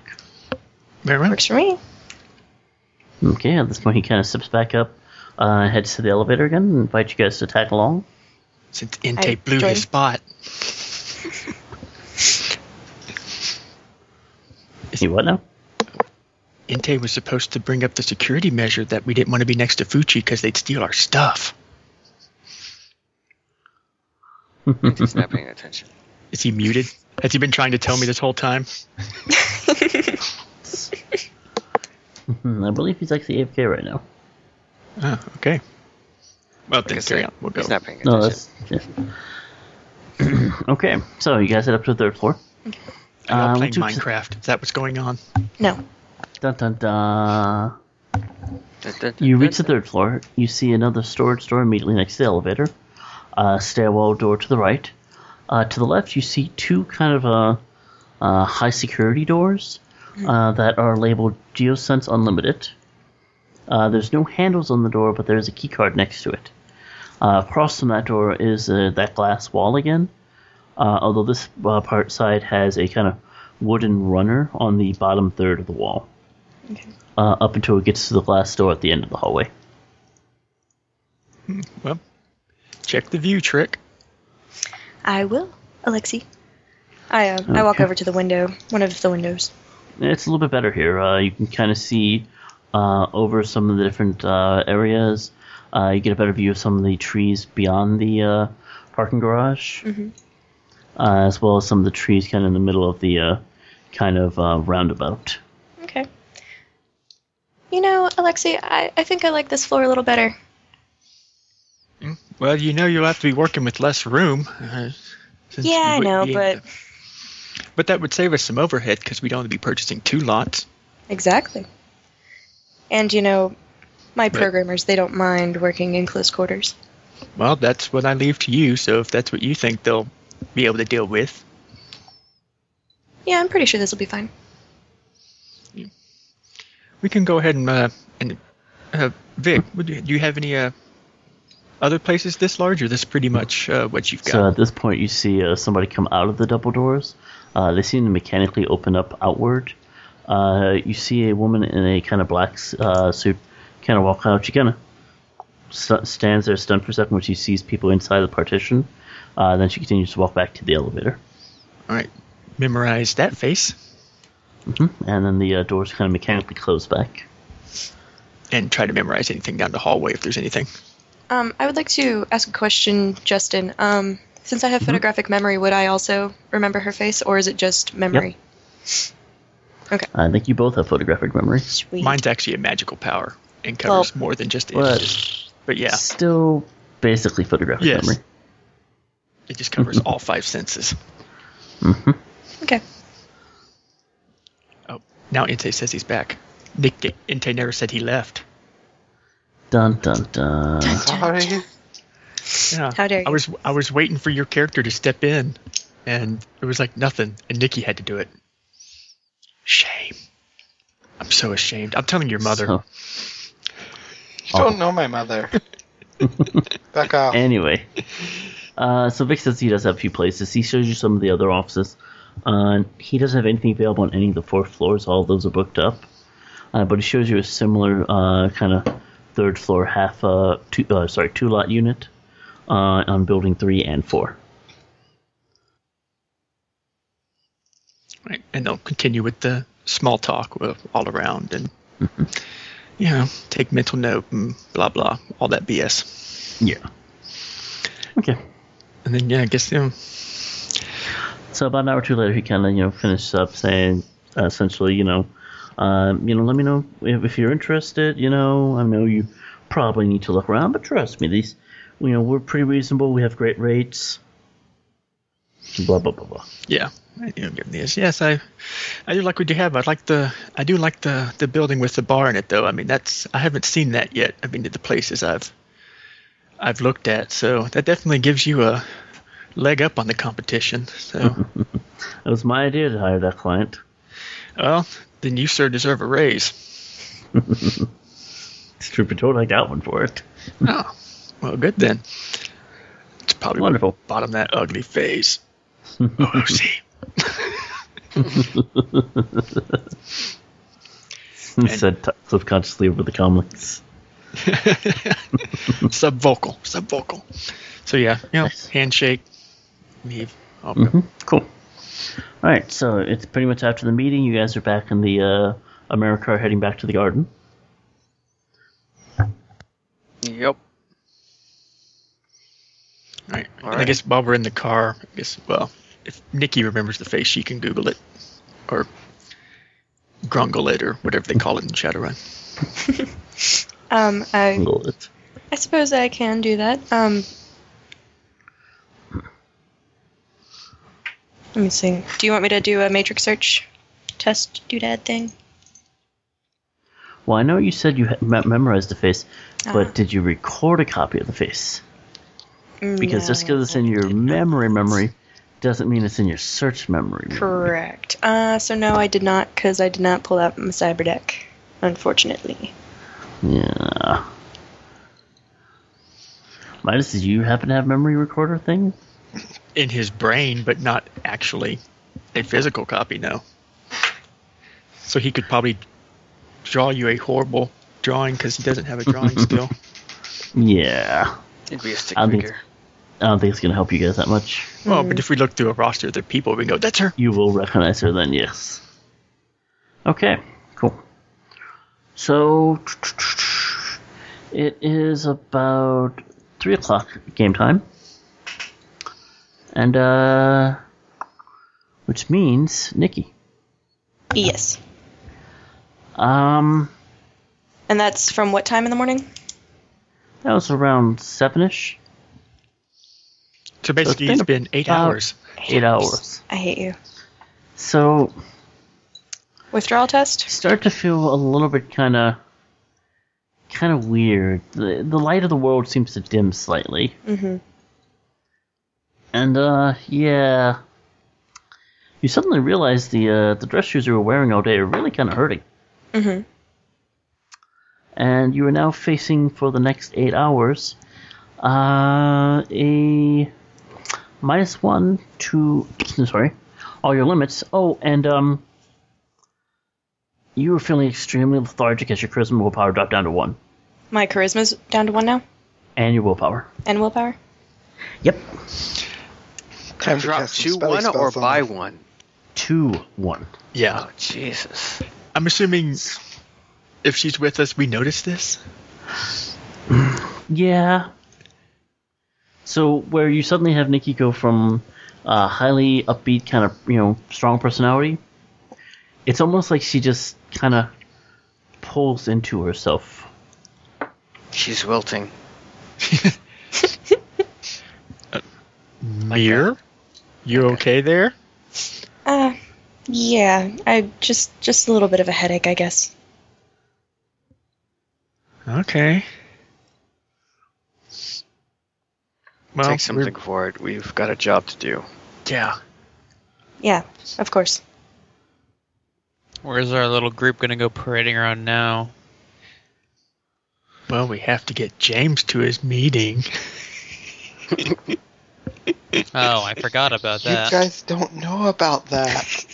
very well.
Works for me.
Okay, at this point, he kind of steps back up, uh, heads to the elevator again, and invites you guys to tag along.
Since Intake
I
blew
join.
his spot.
You what now?
Inte was supposed to bring up the security measure that we didn't want to be next to Fuchi because they'd steal our stuff.
Just not paying attention.
Is he muted? Has he been trying to tell me this whole time?
Hmm, I believe he's actually AFK right now.
Oh, okay. Well,
Like I
then carry
said,
on. We'll go.
he's not paying
No,
attention.
that's. Yeah. okay, so you guys head up to the third floor.
Are y'all
Uh,
playing
would you-
Minecraft. Is that what's going on?
No.
Dun dun dun.
Dun, dun, dun,
You
dun,
reach the
dun.
third floor. You see another storage door immediately next to the elevator. Uh, stairwell door to the right. Uh, to the left, you see two kind of uh, uh, high security doors uh, that are labeled Geosense Unlimited. Uh, there's no handles on the door, but there's a keycard next to it. Uh, across from that door is uh, that glass wall again, uh, although this uh, part side has a kind of wooden runner on the bottom third of the wall,
Okay.
uh, up until it gets to the glass door at the end of the hallway.
Well, check the view trick.
I will, Alexi. I uh, I walk
Okay.
over to the window, one of the windows.
It's a little bit better here. Uh, you can kind of see uh, over some of the different uh, areas. Uh, you get a better view of some of the trees beyond the uh, parking garage, uh, as well as some of the trees kind of in the middle of the uh, kind of uh, roundabout.
Okay. You know, Alexi, I, I think I like this floor a little better.
Well, you know you'll have to be working with less room. Uh, since
Yeah, I
we-
know,
we-
but
but that would save us some overhead because we don't have to be purchasing two lots.
exactly. And you know, my
But-
programmers they don't mind working in close quarters.
Well, that's what I leave to you. So if that's what you think they'll be able to deal with,
Yeah, I'm pretty sure this will be fine.
we can go ahead and uh, and uh, Vic, would you, do you have any uh, other places this large, or this pretty much uh, what you've got?
So at this point, you see uh, somebody come out of the double doors. Uh, they seem to mechanically open up outward. Uh, you see a woman in a kind of black uh, suit kind of walk out. She kind of st- stands there stunned for a second when she sees people inside the partition. Uh, then she continues to walk back to the elevator.
All right, memorize that face
hmm
Mm-hmm.
And then the uh, doors kind of mechanically close back.
and try to memorize anything down the hallway if there's anything.
Um, I would like to ask a question, Justin. Um, since I have photographic memory, would I also remember her face, or is it just memory?
I think you both have photographic memory.
Sweet.
Mine's actually a magical power and covers more than just the
But-
images. But yeah,
Still basically photographic
Yes.
memory.
it just covers all five senses.
Okay.
Oh, now Inte says he's back. Nick Inte never said he left.
Dun dun dun.
Sorry.
Yeah,
How dare
I
you.
was I was waiting for your character to step in, and it was like nothing, and Nikki had to do it. Shame. I'm so ashamed. I'm telling your mother.
So,
You don't know my mother. Back off.
Anyway, uh, so Vic says he does have a few places. He shows you some of the other offices. Uh, he doesn't have anything available on any of the fourth floors. All of those are booked up. Uh, but he shows you a similar uh, kind of third floor half uh, two uh, sorry two lot unit uh, on building three and four.
Right, and they'll continue with the small talk uh, all around and you know take mental note and blah blah all that BS.
Yeah. Okay.
And then yeah, I guess you know,
So about an hour or two later, he kind of you know finished up saying uh, essentially you know um, you know let me know if, if you're interested. You know I know you probably need to look around, but trust me, these you know we're pretty reasonable. We have great rates. Blah blah blah blah.
yeah. I do give this. Yes, I, I do like what you have. I like the, I do like the the building with the bar in it though. I mean, that's I haven't seen that yet. I mean, the places I've, I've looked at. So that definitely gives you a leg up on the competition. So,
Mm-hmm. It was my idea to hire that client.
well, then you sir deserve a raise.
Truth be told, I got one for it.
Oh, well, good then. It's probably what
Wonderful.
bottom that ugly phase. Oh, Lucy.
Said t- subconsciously over the comics.
subvocal, subvocal. So yeah, you know,
Nice. Mm-hmm.
handshake, leave. Oh,
Cool. All right, so it's pretty much after the meeting. You guys are back in the uh, AmeriCar, heading back to the garden.
Yep.
All right.
All
and I
right.
guess while we're in the car, I guess well, if Nikki remembers the face, she can Google it, or grungle it, or whatever they call it in Shadowrun.
Um, I
Angle it.
I suppose I can do that. Um, let me see. Do you want me to do a matrix search test doodad thing?
Well, I know you said you had me- memorized the face,
Uh-huh.
but did you record a copy of the face? Because just
No.
because it's in your memory, memory Doesn't mean it's in your search memory. memory.
Correct. Uh, so no, I did not, because I did not pull out my cyber deck, unfortunately.
Yeah. Midas, do you happen to have memory recorder thing?
in his brain, but not actually a physical copy, no. So he could probably draw you a horrible drawing because he doesn't have a drawing skill.
Yeah.
It'd be a stick
I'll be-
figure.
I don't think it's gonna help you guys that much.
Well, but if we look through a roster of the people, we go, that's her.
You will recognize her then, yes. Okay, cool. So it is about three o'clock game time, and uh, which means Nikki.
Yes.
Um,
And that's from what time in the morning?
that was around sevenish,
So basically,
been
it's been eight
about-
hours.
eight hours.
I hate you.
So
Withdrawal test?
start to feel a little bit kind of kind of weird. The, the light of the world seems to dim slightly.
Mm-hmm.
And uh yeah. You suddenly realize the uh, the dress shoes you were wearing all day are really kind of hurting.
Mhm.
And you are now facing for the next 8 hours uh a minus 1 to sorry, all your limits. Oh, and um you were feeling extremely lethargic as your charisma willpower dropped down to 1
My charisma's down to one now,
and your willpower.
and willpower.
Yep.
Time to
Drop
cast some
to
spelly
one or
spells on
buy
them.
one.
2 1.
Yeah.
Oh Jesus!
I'm assuming if she's with us, we notice this.
Yeah. So where you suddenly have Nikki go from uh, highly upbeat, kind of you know strong personality, it's almost like she just kind of pulls into herself.
She's wilting.
Mir, you Mm, okay there?
Uh, yeah. I just just a little bit of a headache, I guess.
Okay. Well,
Take
we're-
something for it. We've got a job to do.
yeah.
Yeah, of course.
Where's our little group gonna go parading around now?
Well, we have to get James to his meeting.
Oh, I forgot about
You
that.
guys don't know about that.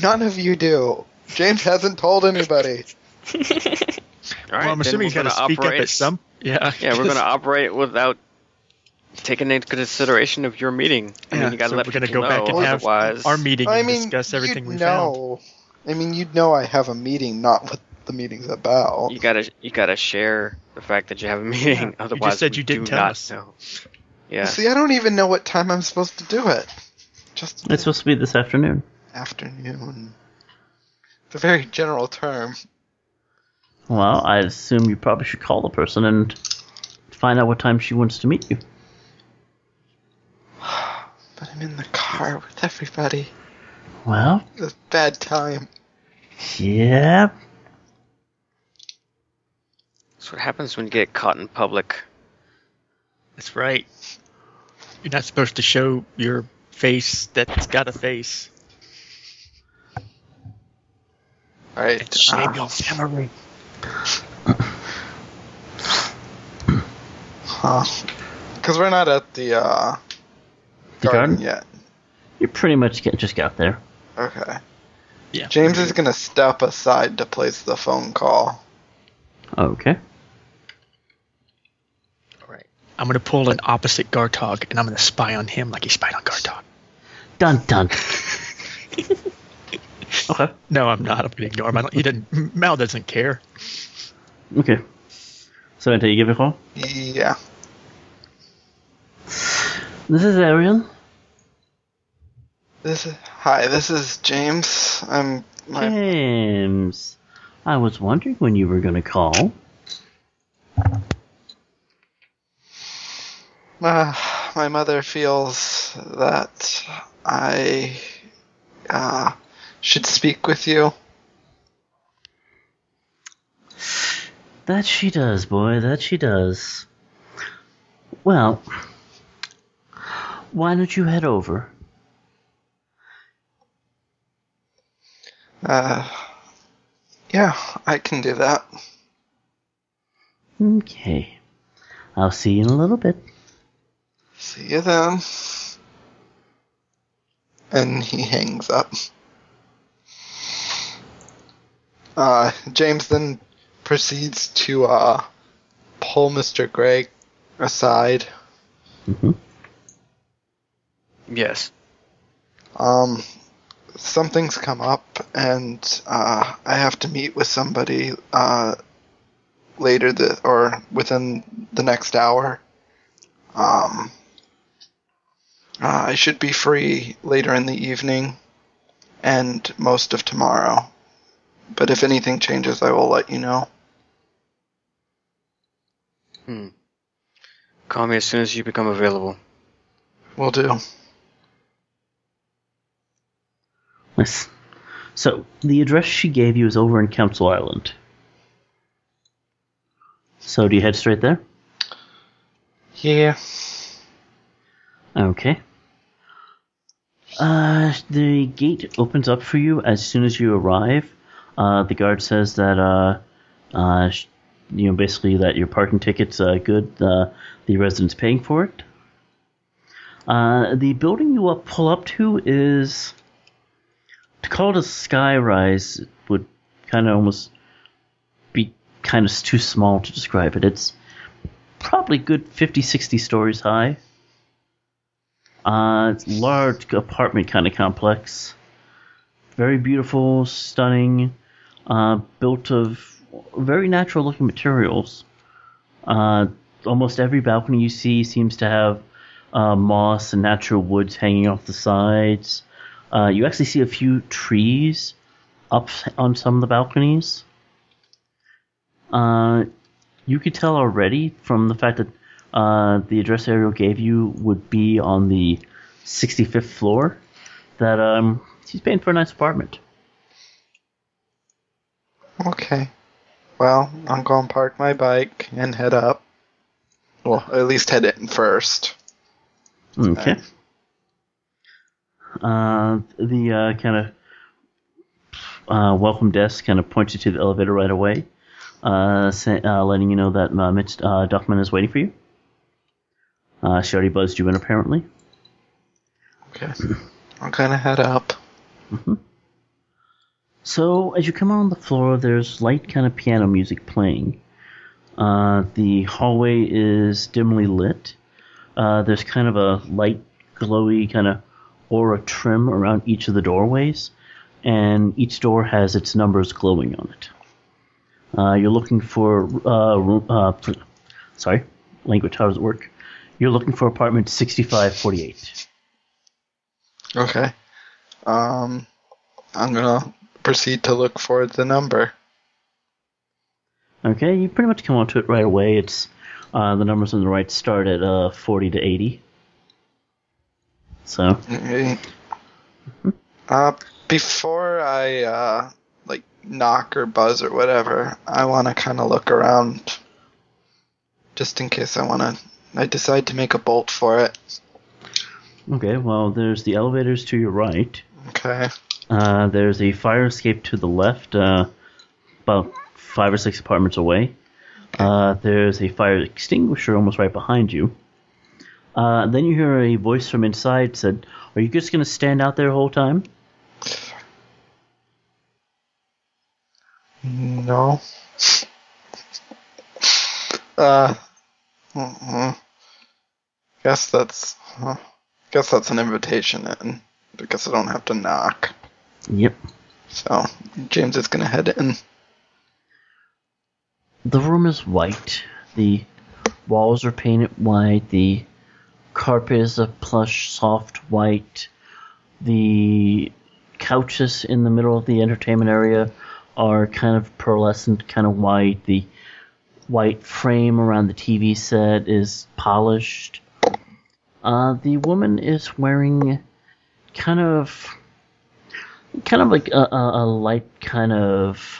None of you do. James hasn't told anybody.
All right,
well, I'm
then
assuming
we're
he's going to
gonna
speak up
operate-
at some. Yeah.
Yeah, we're
just-
gonna operate without taking into consideration of your meeting. I mean,
yeah,
you gotta
so
let
we're gonna
people
go back
know,
and have
otherwise,
our meeting
I
and
mean,
discuss everything
you'd
we found.
know. I mean, you'd know I have a meeting, not what the meeting's about.
You gotta you gotta share the fact that you have a meeting.
just
otherwise,
said
we
you didn't
do
tell
not
us.
know. Yeah.
See, I don't even know what time I'm supposed to do it. Just
It's supposed to be this afternoon.
afternoon. It's a very general term.
Well, I assume you probably should call the person and find out what time she wants to meet you.
But I'm in the car with everybody.
Well,
It's a bad time.
yeah,
That's what happens when you get caught in public.
That's right. You're not supposed to show your face that's got a face.
All right.
Shame your memory.
Because we're not at the, uh,
The
garden
garden?
yet.
you pretty much get, just got there.
Okay.
Yeah.
James is going to step aside to place the phone call.
Okay.
All right. I'm going to pull an opposite Gartog and I'm going to spy on him like he spied on Gartog.
Dun dun. okay.
No, I'm not. I'm going to ignore him. I don't, he didn't. Mal doesn't care.
Okay. So until you give a call.
Yeah.
This is Ariel.
This is, hi, this is James. I'm my
James, I was wondering when you were going to call.
Uh, my mother feels that I uh, should speak with you.
That she does, boy, that she does. Well, why don't you head over
Uh, yeah, I can do that.
Okay. I'll see you in a little bit.
See you then. And he hangs up. Uh, James then proceeds to uh, pull Mr. Gray aside.
hmm
Yes.
Um, something's come up, and uh, I have to meet with somebody uh, later the, or within the next hour. Um, uh, I should be free later in the evening and most of tomorrow. But if anything changes, I will let you know.
Hmm. Call me as soon as you become available.
Will do.
Yes. So, the address she gave you is over in Council Island. So, do you head straight there?
Yeah.
Okay. Uh, the gate opens up for you as soon as you arrive. Uh, the guard says that, uh, uh, sh- you know, basically that your parking ticket's uh, good. Uh, the resident's paying for it. Uh, the building you will pull up to is to call it a skyrise would kind of almost be kind of too small to describe it. It's probably good 50, 60 stories high. Uh, it's large apartment kind of complex. Very beautiful, stunning, uh, built of very natural looking materials. Uh, almost every balcony you see seems to have uh, moss and natural woods hanging off the sides. Uh, you actually see a few trees up on some of the balconies. Uh, you could tell already from the fact that uh, the address Ariel gave you would be on the 65th floor that um, she's paying for a nice apartment.
Okay. Well, I'm going to park my bike and head up. Well, at least head in first.
Okay. Uh, the uh, kind of uh, welcome desk kind of points you to the elevator right away, uh, say, uh, letting you know that uh, Mitch uh, Duckman is waiting for you. Uh, she already buzzed you in, apparently.
Okay. I'm going to head up.
So, as you come out on the floor, there's light kind of piano music playing. Uh, the hallway is dimly lit. Uh, there's kind of a light, glowy kind of aura trim around each of the doorways, and each door has its numbers glowing on it. Uh, you're looking for uh, room, uh, pl- sorry, language. How does it work? You're looking for apartment 6548.
Okay. Um, I'm gonna proceed to look for the number.
Okay, you pretty much come onto it right away. It's uh, the numbers on the right start at uh, 40 to 80. So,
Okay. Uh, before I uh, like knock or buzz or whatever, I want to kind of look around, just in case I want to. I decide to make a bolt for it.
okay, well, there's the elevators to your right.
Okay.
Uh, there's a fire escape to the left, uh, about five or six apartments away. Uh, there's a fire extinguisher almost right behind you. Uh, then you hear a voice from inside said, "Are you just gonna stand out there the whole time?"
No. Uh. mm Guess that's. Huh. Guess that's an invitation, and I guess I don't have to knock.
Yep.
So James is gonna head in.
The room is white. The walls are painted white. The carpet is a plush, soft white. The couches in the middle of the entertainment area are kind of pearlescent, kind of white. The white frame around the TV set is polished. Uh, the woman is wearing kind of, kind of like a, a, a light kind of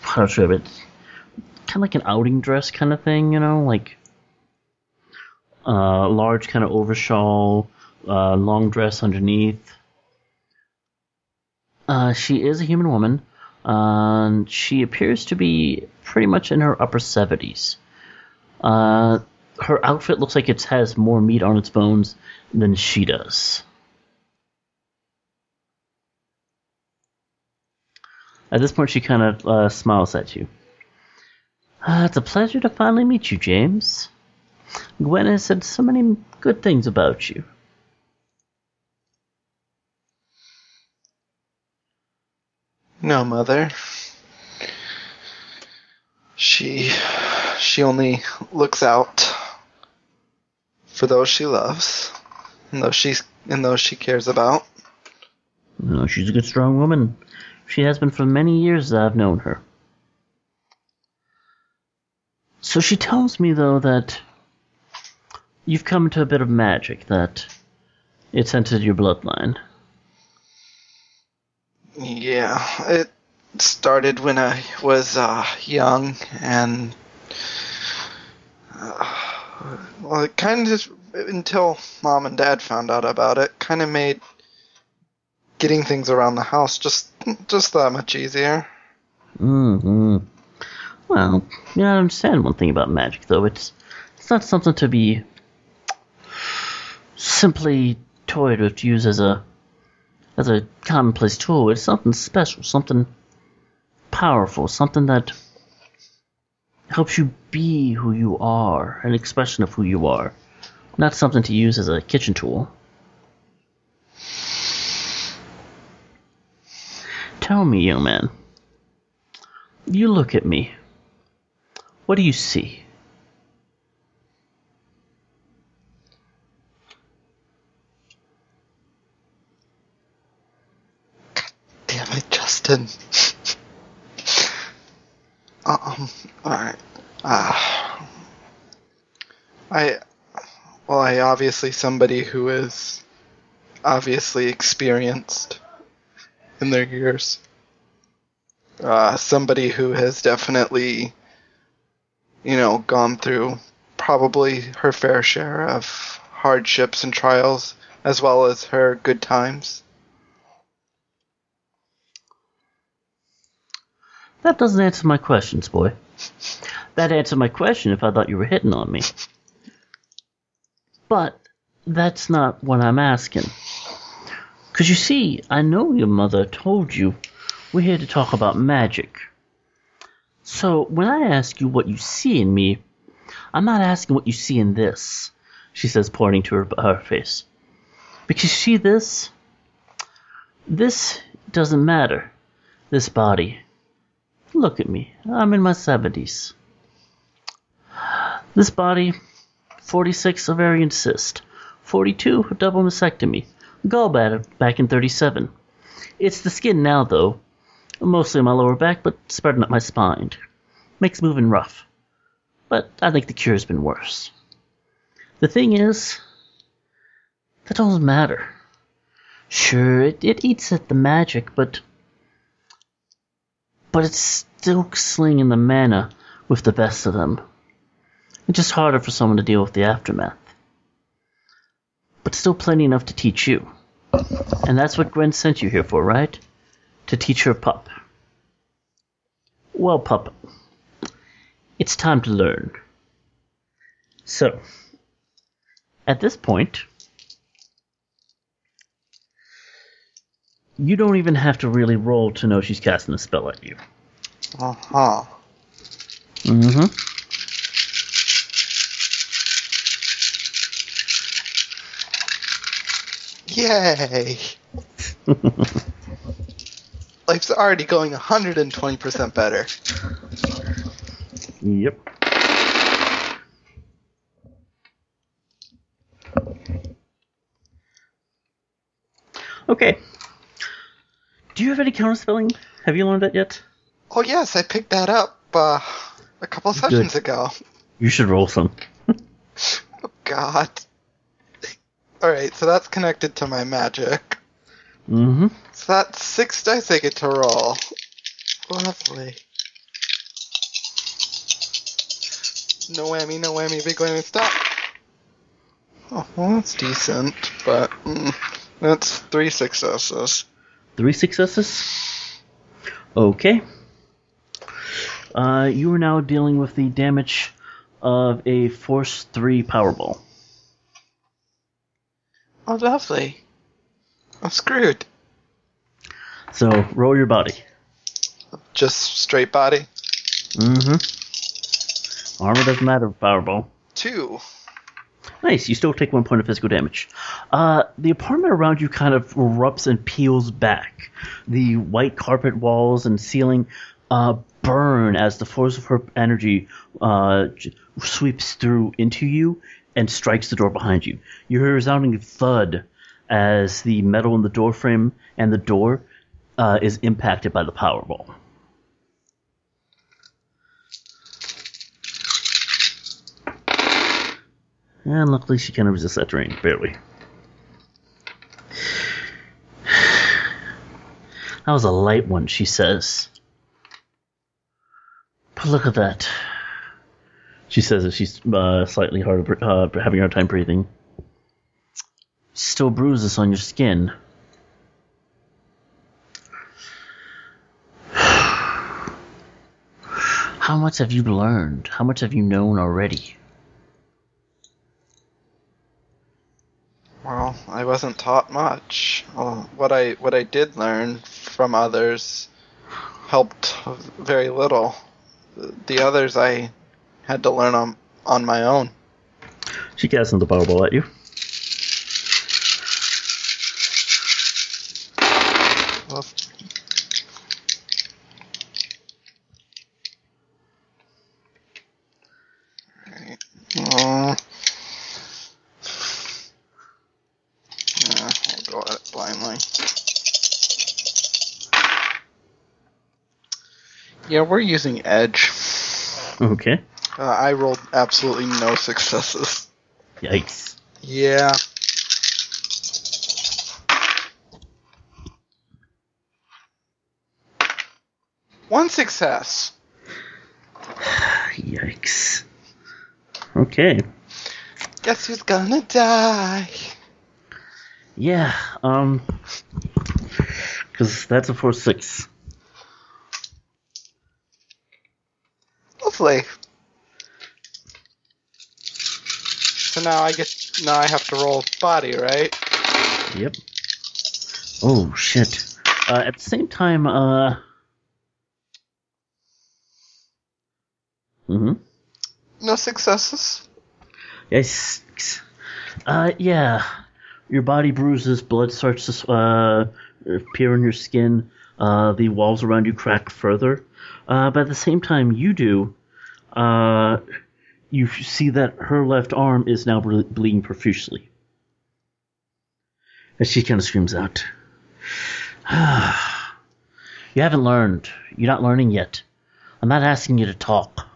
how should I it's kind of like an outing dress kind of thing, you know, like uh, large kind of overshawl, uh, long dress underneath. Uh, she is a human woman. Um, she appears to be pretty much in her upper 70s. Uh, her outfit looks like it has more meat on its bones than she does. At this point, she kind of uh, smiles at you. Uh, it's a pleasure to finally meet you, James. Gwen has said so many good things about you.
No, mother. She she only looks out for those she loves and those she's and those she cares about.
No, she's a good, strong woman. She has been for many years that I've known her. So she tells me, though, that you've come to a bit of magic, that it's entered your bloodline.
Yeah, it started when I was uh, young, and uh, well, it kind of just until mom and dad found out about it, kind of made getting things around the house just just that much easier.
hmm Well, you know, I understand one thing about magic, though. It's it's not something to be simply toyed with, used as a as a commonplace tool. It's something special, something powerful, something that helps you be who you are, an expression of who you are. Not something to use as a kitchen tool. Tell me, young man. You look at me. What do you see?
Damn it, Justin. um, alright. Uh, I. Well, I obviously somebody who is obviously experienced in their years. Uh, somebody who has definitely, you know, gone through probably her fair share of hardships and trials, as well as her good times.
That doesn't answer my questions, boy. That answered my question if I thought you were hitting on me. But that's not what I'm asking. Because you see, I know your mother told you we're here to talk about magic. So when I ask you what you see in me, I'm not asking what you see in this, she says, pointing to her, her face. Because you see this? This doesn't matter. This body. Look at me. I'm in my 70s. This body, 46 ovarian cyst, 42 a double mastectomy, gallbladder back in 37. It's the skin now, though, mostly my lower back, but spreading up my spine. Makes moving rough. But I think the cure's been worse. The thing is, that doesn't matter. Sure, it, it eats at the magic, but but it's still slinging the mana with the best of them. It's just harder for someone to deal with the aftermath. But still plenty enough to teach you. And that's what Gwen sent you here for, right? To teach her pup. Well, pup, it's time to learn. So, at this point, you don't even have to really roll to know she's casting a spell at you.
Uh huh.
Mm-hmm.
Yay! Life's already going 120% better.
Yep. Okay. Do you have any counterspelling? Have you learned that yet?
Oh, yes, I picked that up uh, a couple sessions ago.
You should roll some.
Oh, God. Alright, so that's connected to my magic.
Mm-hmm.
So that's six dice I get to roll. Lovely. No whammy, no whammy, big whammy, stop. Oh, well, that's decent, but mm, that's three successes.
Three successes. Okay. Uh, you are now dealing with the damage of a Force 3 Powerball.
Oh, lovely. I'm screwed.
So roll your body.
Just straight body.
Mm-hmm. Armor doesn't matter, with Powerball.
Two.
Nice. You still take one point of physical damage. Uh, the apartment around you kind of erupts and peels back. The white carpet walls and ceiling uh, burn as the force of her energy uh, j- sweeps through into you and strikes the door behind you. You hear a resounding thud as the metal in the doorframe and the door uh, is impacted by the power ball. And luckily, she kind of resists that drain, barely. That was a light one, she says. But look at that. She says that she's uh, slightly hard of br- uh, having a hard time breathing. Still bruises on your skin. How much have you learned? How much have you known already?
Well, I wasn't taught much. Well, what I what I did learn from others helped very little. The others I had to learn on on my own.
She casts another powerball at you.
Well, Alright. Uh, yeah, I'll go at Ah, it blindly. Yeah, we're using edge.
Okay.
Uh, I rolled absolutely no successes.
Yikes.
Yeah. One success.
Yikes. Okay.
Guess who's gonna die?
Yeah. Um. Because that's a four six.
Lovely. So now I get now I have to roll body, right?
Yep. Oh shit. Uh, at the same time, uh. Mm-hmm.
No successes.
Yikes. Uh, yeah. Your body bruises, blood starts to s- uh, appear on your skin, uh, the walls around you crack further. Uh, but at the same time, you do. Uh, you f- see that her left arm is now ble- bleeding profusely. And she kind of screams out. you haven't learned. You're not learning yet. I'm not asking you to talk.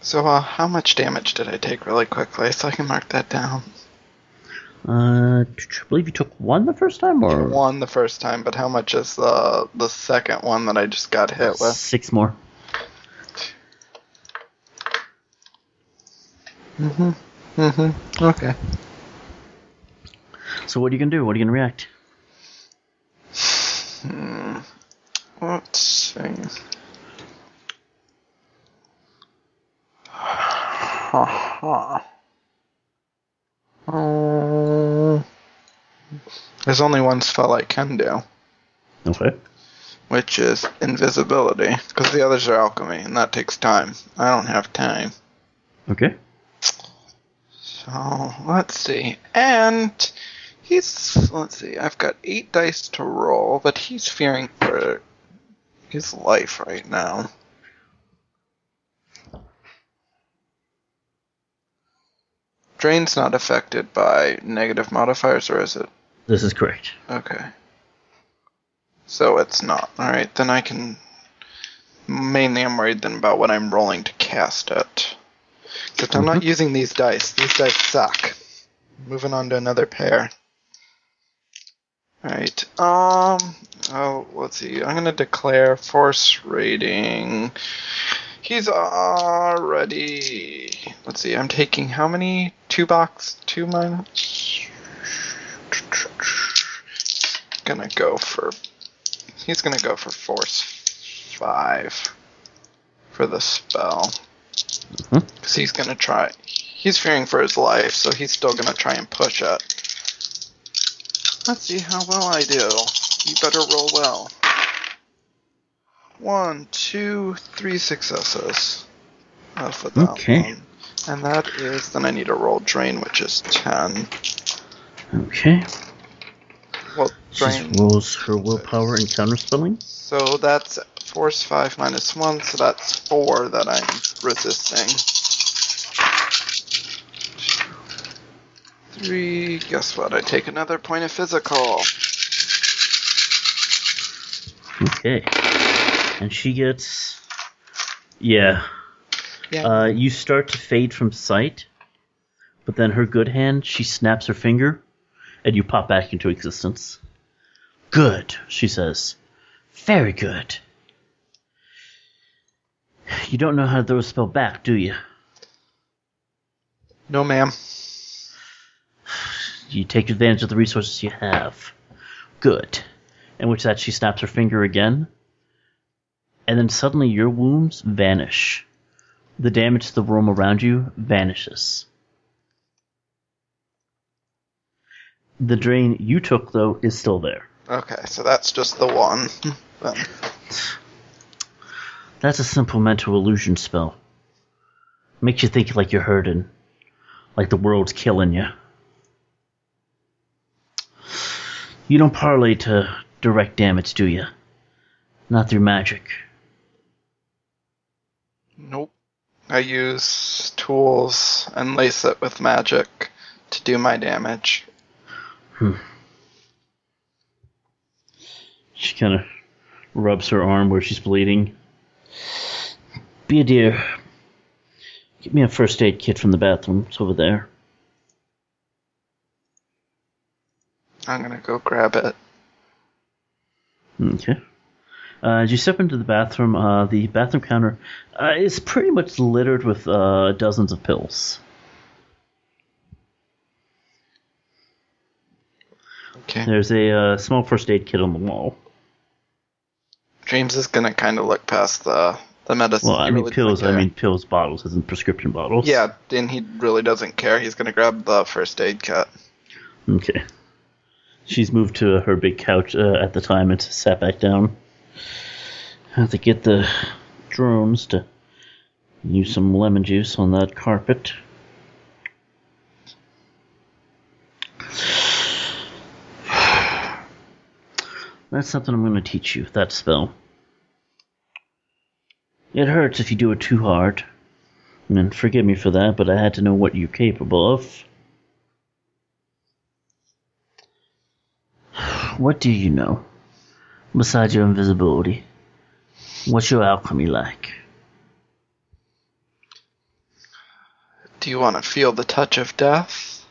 So uh, how much damage did I take really quickly so I can mark that down?
Uh, I believe you took one the first time, or
One the first time, but how much is the the second one that I just got hit with?
Six more.
Mm-hmm. Okay.
So what are you gonna do? What are you gonna react?
Let's see. Um, There's only one spell I can do,
Okay.
which is invisibility, because the others are alchemy, and that takes time. I don't have time.
Okay.
So Oh, let's see. And he's let's see. I've got eight dice to roll, but he's fearing for his life right now. Drain's not affected by negative modifiers, or is it?
This is correct.
Okay. So it's not. Alright, then I can. Mainly I'm worried then about what I'm rolling to cast it. Because I'm not using these dice. These dice suck. Moving on to another pair. Alright, um. Oh, let's see. I'm gonna declare force rating. He's already. Let's see. I'm taking how many two box two minus. Gonna go for. He's gonna go for force five for the spell.
Mhm.
Cause he's gonna try. He's fearing for his life, so he's still gonna try and push it. Let's see how well I do. You better roll well. One, two, three successes. Uh, for that
Okay.
one. And that is then I need to roll drain, which is ten.
Okay.
Well,
She
drain.
rolls her willpower and counterspelling.
So that's force five minus one, so that's four that I'm resisting. Three. Guess what? I take another point of physical.
Okay. And she gets. Yeah.
Yeah.
Uh, you start to fade from sight, but then her good hand, she snaps her finger, and you pop back into existence. Good, she says. Very good. You don't know how to throw a spell back, do you?
No, ma'am.
You take advantage of the resources you have. Good. In which that she snaps her finger again, and then suddenly your wounds vanish. The damage to the room around you vanishes. The drain you took, though, is still there.
Okay, so that's just the one. Then.
That's a simple mental illusion spell. Makes you think like you're hurting, like the world's killing you. You don't parlay to direct damage, do you? Not through magic.
Nope. I use tools and lace it with magic to do my damage.
She kind of rubs her arm where she's bleeding. Be a dear. Get me a first aid kit from the bathroom. It's over there.
I'm gonna go grab it.
Okay. Uh, as you step into the bathroom, uh, the bathroom counter uh, is pretty much littered with uh, dozens of pills.
Okay.
There's a uh, small first aid kit on the wall.
James is gonna kind of look past the the medicine.
Well,
He
I mean
really
pills.
doesn't
I
care.
mean pills, bottles, isn't prescription bottles.
Yeah, and he really doesn't care. He's gonna grab the first aid kit.
Okay. She's moved to her big couch uh, at the time and sat back down. Have to get the drones to use some lemon juice on that carpet. That's something I'm going to teach you, that spell. It hurts if you do it too hard. And forgive me for that, but I had to know what you're capable of. What do you know? Besides your invisibility, what's your alchemy like?
Do you want to feel the touch of death?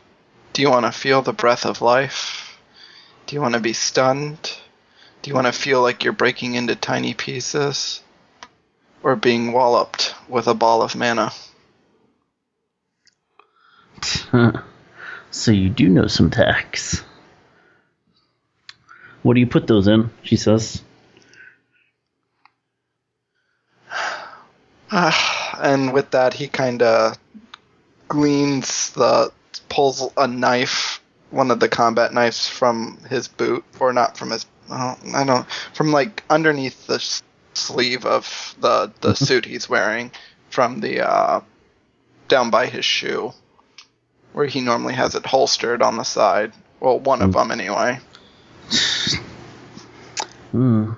Do you want to feel the breath of life? Do you want to be stunned? Do you want to feel like you're breaking into tiny pieces? Or being walloped with a ball of mana?
so you do know some tacks. What do you put those in? She says.
Ah, and with that, he kind of gleans the. pulls a knife, one of the combat knives from his boot, or not from his. Oh, I don't. from like underneath the s- sleeve of the, the suit he's wearing, from the. Uh, down by his shoe, where he normally has it holstered on the side. Well, one of them anyway.
Hmm,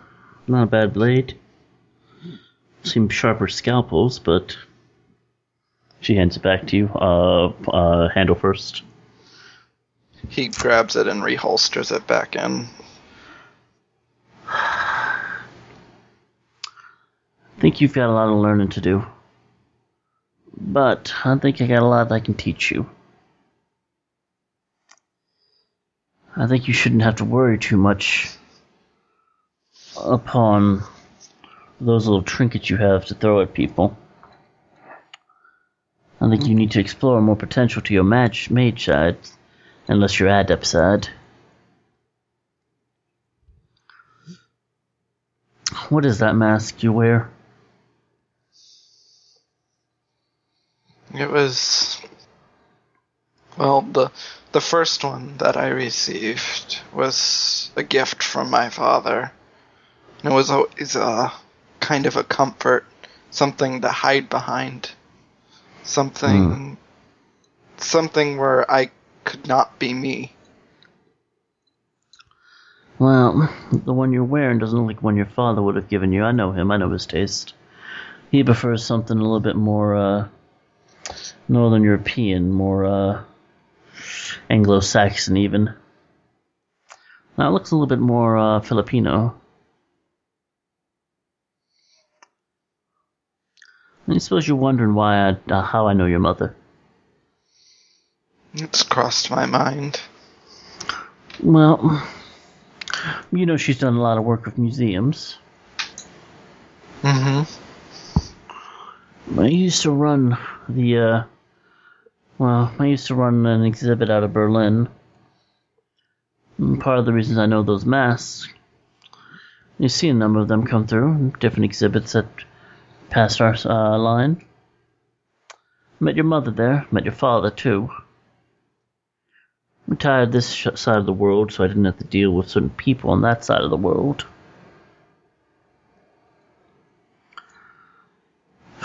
not a bad blade. Seem sharper scalpels, but she hands it back to you. Uh, uh handle first.
He grabs it and reholsters it back in.
think you've got a lot of learning to do. But I think I got a lot I can teach you. I think you shouldn't have to worry too much upon those little trinkets you have to throw at people. I think you need to explore more potential to your match mage side, unless you're adept side. What is that mask you wear?
It was well the the first one that I received was a gift from my father. And it was always a kind of a comfort, something to hide behind, something something where I could not be me.
Well, the one you're wearing doesn't look like one your father would have given you. I know him. I know his taste. He prefers something a little bit more uh, Northern European, more uh, Anglo-Saxon, even. Now it looks a little bit more uh, Filipino. I suppose you're wondering why I, uh, how I know your mother.
It's crossed my mind.
Well, you know she's done a lot of work with museums.
Mhm.
I used to run the, uh, well, I used to run an exhibit out of Berlin. And part of the reasons I know those masks, you see a number of them come through, different exhibits that passed our uh, line. Met your mother there, met your father too. I'm tired of this sh- side of the world, so I didn't have to deal with certain people on that side of the world.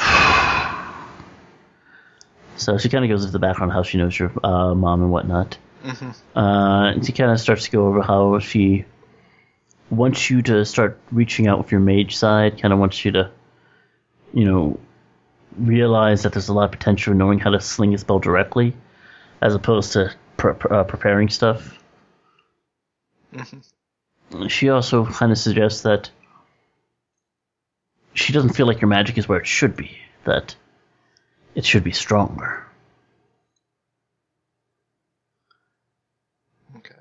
So she kind of goes into the background how she knows your uh, mom and whatnot. Uh, and she kind of starts to go over how she wants you to start reaching out with your mage side, kind of wants you to, you know, realize that there's a lot of potential in knowing how to sling a spell directly as opposed to pre- pre- uh, preparing stuff. She also kind of suggests that she doesn't feel like your magic is where it should be, that it should be stronger.
Okay.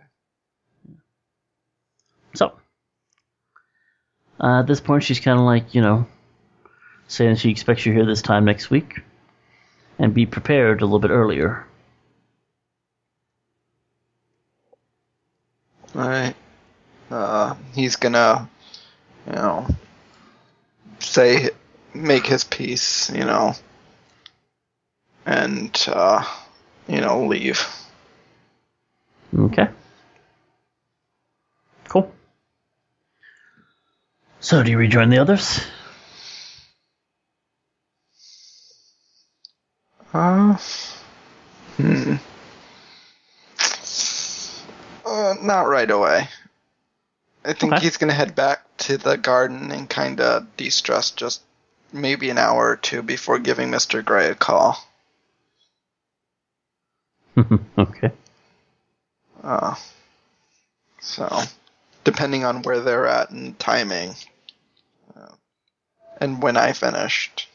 So, uh, at this point, she's kind of like, you know, saying she expects you here this time next week and be prepared a little bit earlier.
All right. Uh, he's gonna, you know, say, make his peace, you know, and uh, you know, leave.
Okay. Cool. So, do you rejoin the others?
Uh, hmm. Uh, not right away. I think
Okay.
he's gonna head back to the garden and kind of de-stress just maybe an hour or two before giving Mister Gray a call.
okay.
Uh, so, depending on where they're at and timing, uh, and when I finished.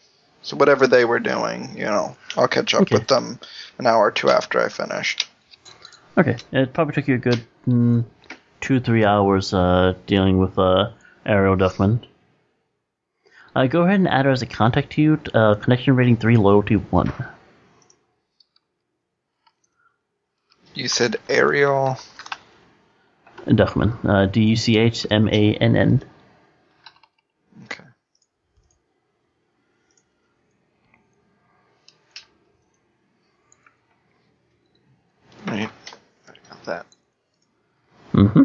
So, whatever they were doing, you know, I'll catch up
Okay.
with them an hour or two after I finished.
Okay. It probably took you a good mm, two, three hours uh, dealing with uh, Ariel Duffman. Uh, go ahead and add her as a contact to you. t- Uh, connection rating 3, loyalty 1.
You said Ariel.
Duckman. Uh, D U C H M A N N.
Okay. Right. I got that.
Mm-hmm.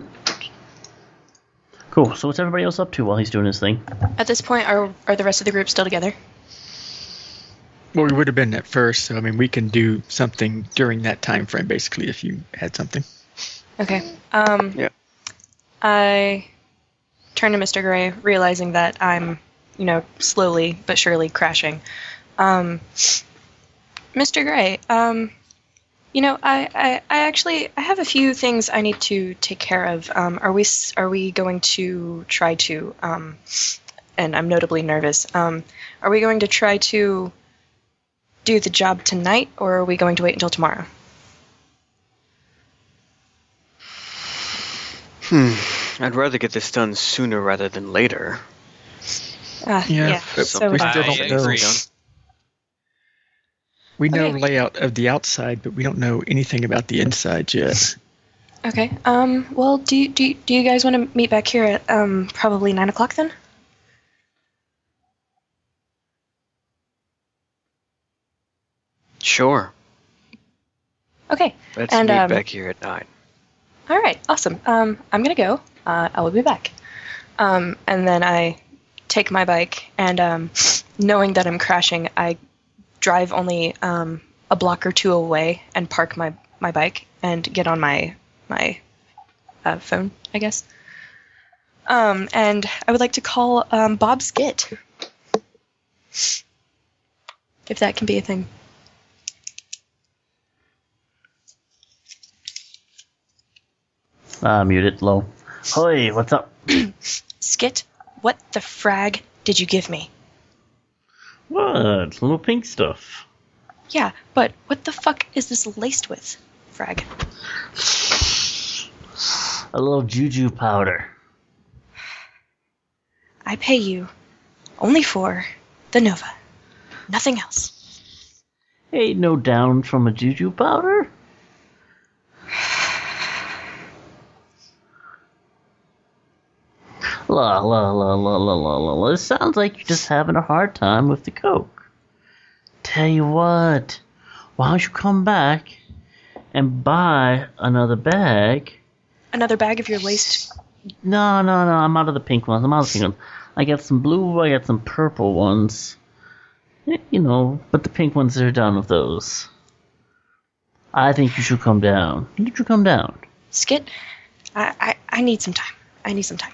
Cool. So what's everybody else up to while he's doing his thing?
At this point, are are the rest of the group still together?
Well, we would have been at first, so I mean, we can do something during that time frame, basically, if you had something.
Okay. Um,
Yeah.
I turn to Mr. Gray, realizing that I'm, you know, slowly but surely crashing. Um, Mr. Gray, um, you know, I, I, I actually I have a few things I need to take care of. Um, are we s- are we going to try to? Um, and I'm notably nervous. Um, are we going to try to do the job tonight, or are we going to wait until tomorrow?
Hmm. I'd rather get this done sooner rather than later.
Uh,
Yeah,
yeah.
but
So
we
would I.
still
I
don't know.
agree.
We know
Okay.
layout of the outside, but we don't know anything about the inside yet.
Okay. Um. Well, do you, do you, do you guys want to meet back here at um probably nine o'clock then?
Sure.
Okay.
Let's
And,
meet
um,
back here at nine.
All right. Awesome. Um. I'm gonna go. Uh. I will be back. Um. And then I take my bike and um, knowing that I'm crashing, I drive only um a block or two away and park my my bike and get on my my uh, phone, I guess. Um. And I would like to call um Bob Skit. If that can be a thing.
Ah, mute it low. Hoi, what's up?
Skit, what the frag did you give me?
What? Little pink stuff.
Yeah, but what the fuck is this laced with? Frag.
A little juju powder.
I pay you only for the Nova. Nothing else.
Ain't no down from a juju powder. La la la la la la la la. It sounds like you're just having a hard time with the coke. Tell you what, why don't you come back and buy another bag?
Another bag of your laced.
No, no, no. I'm out of the pink ones. I'm out of the pink ones. I got some blue. I got some purple ones. Eh, You know, but the pink ones are done with those. I think you should come down. You should come down.
Skit, I, I, I need some time. I need some time.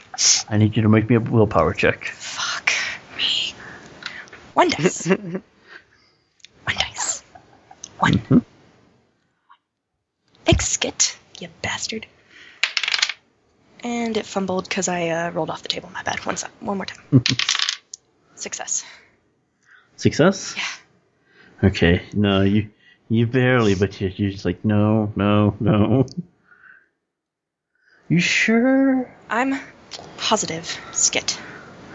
I need you to make me a willpower check.
Fuck me. One dice. One dice. One.
Mhm.
Thanks, Skit, you bastard. And it fumbled because I uh, rolled off the table. My bad. One, sec. one more time. Success.
Success. Yeah. Okay. No, you you barely, but you you're just like no, no, no. You sure?
I'm positive, Skit.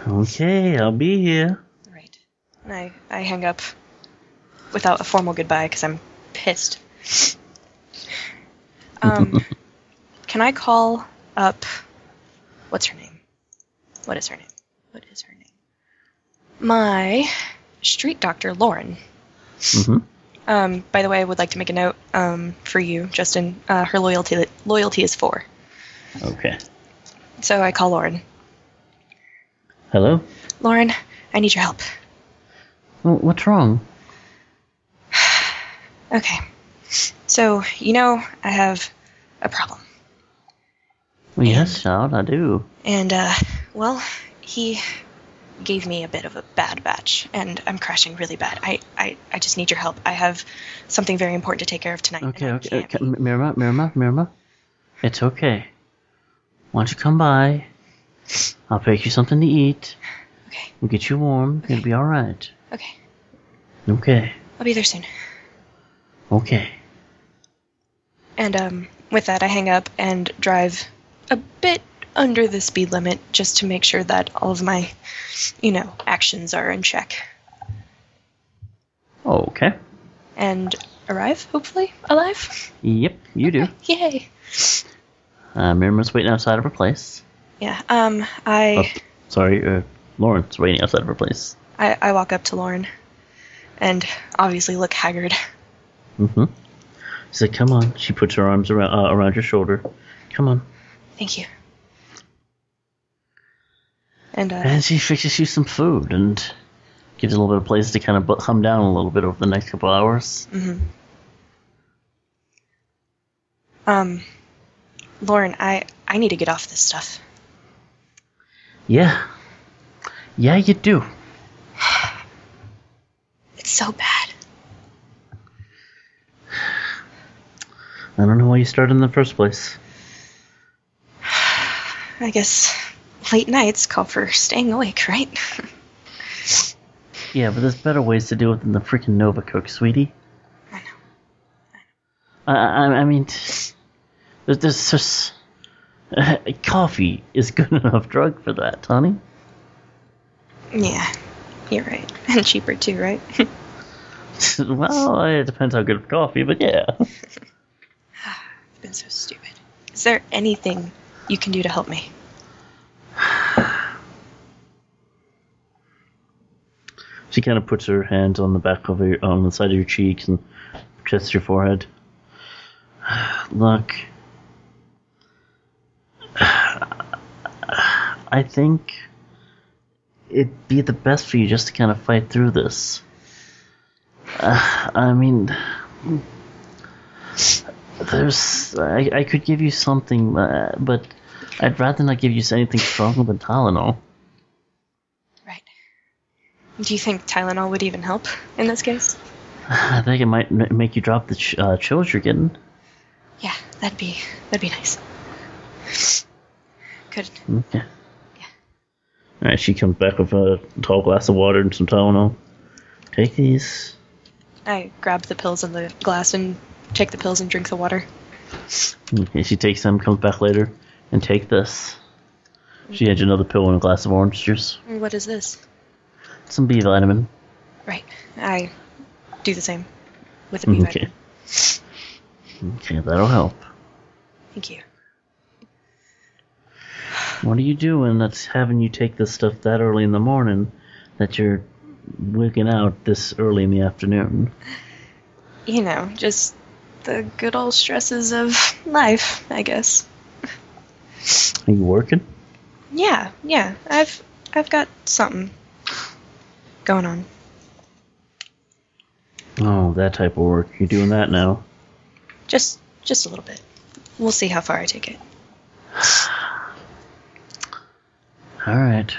Okay, I'll be here.
All right. And I, I hang up without a formal goodbye because I'm pissed. Um, can I call up. What's her name? What is her name? What is her name? My street doctor, Lauren.
Mhm.
Um, by the way, I would like to make a note um, for you, Justin. Uh, her loyalty loyalty is four.
Okay.
So I call Lauren.
Hello.
Lauren, I need your help.
Wh- What's wrong?
Okay. So, you know, I have a problem.
Well, yes, child, I do.
And, uh, well, he gave me a bit of a bad batch, and I'm crashing really bad. I, I, I just need your help. I have something very important to take care of tonight. and
Okay,
I
okay,
can't
okay.
be-
M- Mirma, Mirma, Mirma. It's okay. Why don't you come by? I'll bake you something to eat.
Okay,
We'll get you warm. You'll
Okay.
be alright.
okay.
Okay,
I'll be there soon.
okay.
And, um, with that, I hang up and drive a bit under the speed limit just to make sure that all of my, you know, actions are in check.
Okay.
And arrive, hopefully, alive.
Yep, you do.
Yay!
Uh, Mirma's waiting outside of her place.
Yeah. Um. I,
Oh, sorry, uh, Lauren's waiting outside of her place.
I I walk up to Lauren, and obviously look haggard.
Mm-hmm. She said, come on. She puts her arms around, uh, around your shoulder. Come on.
Thank you. And uh,
And she fixes you some food and gives you a little bit of place to kind of bu- come down a little bit over the next couple hours.
um, Lauren, I I need to get off this stuff.
Yeah. Yeah, you do.
It's so bad.
I don't know why you started in the first place.
I guess late nights call for staying awake, right?
Yeah, but there's better ways to do it than the freaking Nova Cook, sweetie. I know. I, I, I mean, t- there's, there's just. coffee is good enough drug for that, honey.
yeah, you're right, and cheaper too, right?
well, it depends how good of coffee, but yeah.
I've been so stupid. Is there anything you can do to help me?
She kind of puts her hands on the back of your, on the side of your cheeks and chests your forehead. Look, I think it'd be the best for you just to kind of fight through this. Uh, I mean, there's I, I could give you something, uh, but I'd rather not give you anything stronger than Tylenol.
Right. Do you think Tylenol would even help in this case?
I think it might m- make you drop the ch- uh, chills you're getting.
Yeah, that'd be that'd be nice. Could
Okay. All right, she comes back with a tall glass of water and some Tylenol. Take these.
I grab the pills in the glass and take the pills and drink the water?
Okay, she takes them, comes back later, and take this. She hands you another pill and a glass of orange juice.
What is this?
Some B vitamin.
Right. I do the same with the B vitamin.
Mm, Okay. Okay, that'll help.
Thank you.
What are you doing that's having you take this stuff that early in the morning that you're wigging out this early in the afternoon?
You know, just the good old stresses of life, I guess.
Are you working?
Yeah, yeah. I've I've got something going on.
Oh, that type of work. You're doing that now.
Just just a little bit. We'll see how far I take it.
All right.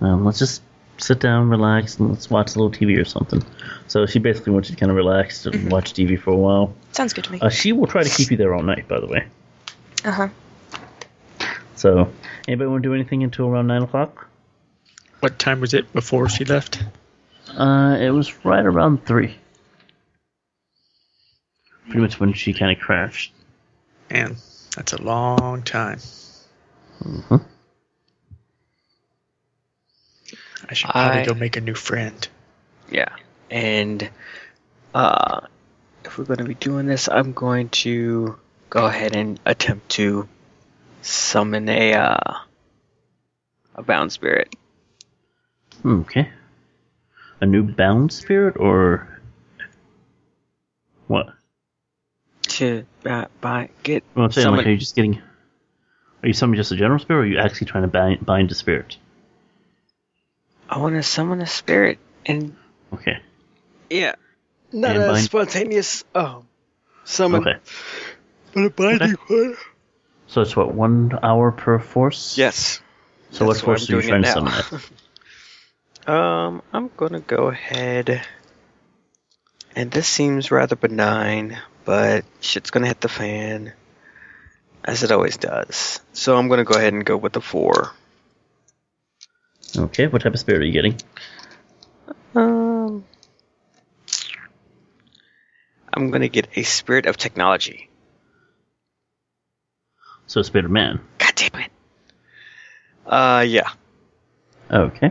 Um, let's just sit down, relax, and let's watch a little TV or something. So she basically wants you to kind of relax and watch TV for a while.
Sounds good to me.
Uh, she will try to keep you there all night, by the way.
Uh huh.
So, anybody want to do anything until around nine o'clock?
What time was it before she left?
Uh, it was right around three. Pretty much when she kind of crashed.
Man, that's a long time.
Mhm.
I should probably
I-
go make a new friend.
Yeah. And uh, if we're going to be doing this, I'm going to go ahead and attempt to summon a uh, a bound spirit.
Hmm, Okay. A new bound spirit or what?
to uh, buy get
Well, I'm saying,
summon-
like, are you just getting? Are you summoning just a general spirit, or are you actually trying to bind, bind a spirit?
I want to summon a spirit and
Okay.
yeah, not
And
a
bind-
spontaneous oh summon
Okay.
but a binding one.
So it's what one hour per force.
Yes.
So what
That's why I'm
force are you trying
doing it
to summon?
now.
It?
Um, I'm gonna go ahead, and this seems rather benign, but shit's gonna hit the fan, as it always does. So I'm gonna go ahead and go with the four.
Okay. What type of spirit are you getting?
Um, I'm gonna get a spirit of technology.
So a spirit of man.
God damn it. Uh, yeah.
Okay.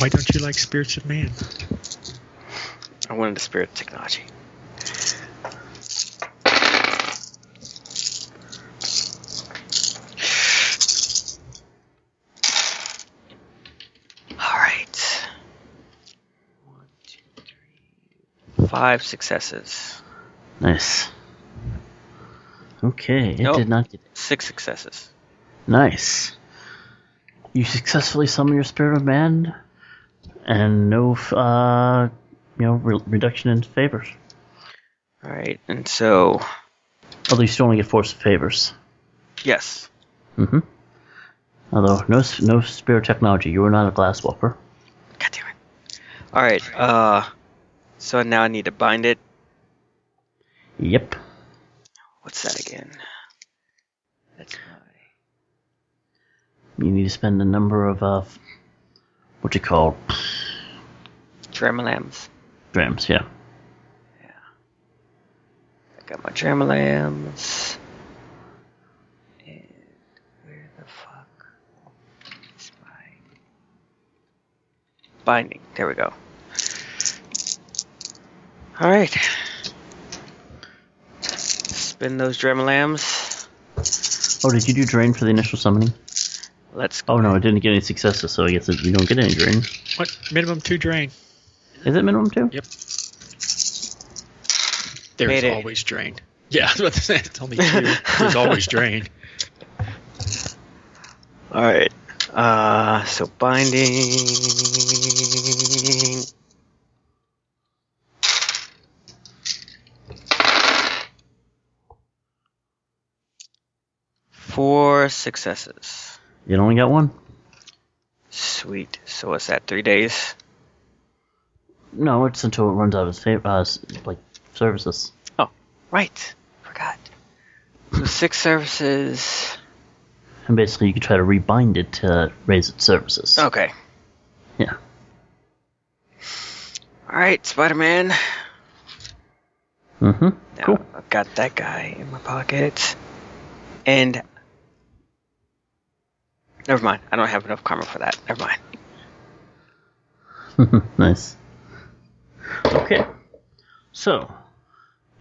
Why don't you like spirits of man?
I wanted a spirit of technology. All right. One, two, three, five successes.
Nice. Okay. It
Nope.
did not get
Six successes.
Nice. You successfully summon your spirit of man, and no, f- uh, you know, re- reduction in favors.
All right, and so
Although you still only get force favors.
yes,
Mm-hmm. Although no, s- no spirit technology. You are not a glass walker.
God damn it. All right. Uh, so now I need to bind it.
Yep.
What's that again? That's my.
You need to spend a number of uh, f- what you call
Dremalams.
grams. Yeah.
I got my Dremalams. And where the fuck is my binding. There we go. All right. Spin those Dremalams.
Oh, did you do drain for the initial summoning?
Let's go.
Oh no, I didn't get any successes, so I guess we don't get any drain.
What minimum two drain?
Is it minimum two?
Yep. There's
Made it.
always drain. Yeah, I was about to say, it's only two. There's always drain.
All right. Uh, so binding. Four successes.
You only got one.
Sweet. So what's that? Three days.
No, it's until it runs out of sa- uh, s- like services.
Right. Forgot. So six services.
And basically, you could try to rebind it to raise its services.
Okay.
Yeah.
All right, Spider-Man.
Mm-hmm.
Now
Cool.
I've got that guy in my pocket. And never mind. I don't have enough karma for that. Never mind.
nice. Okay. So,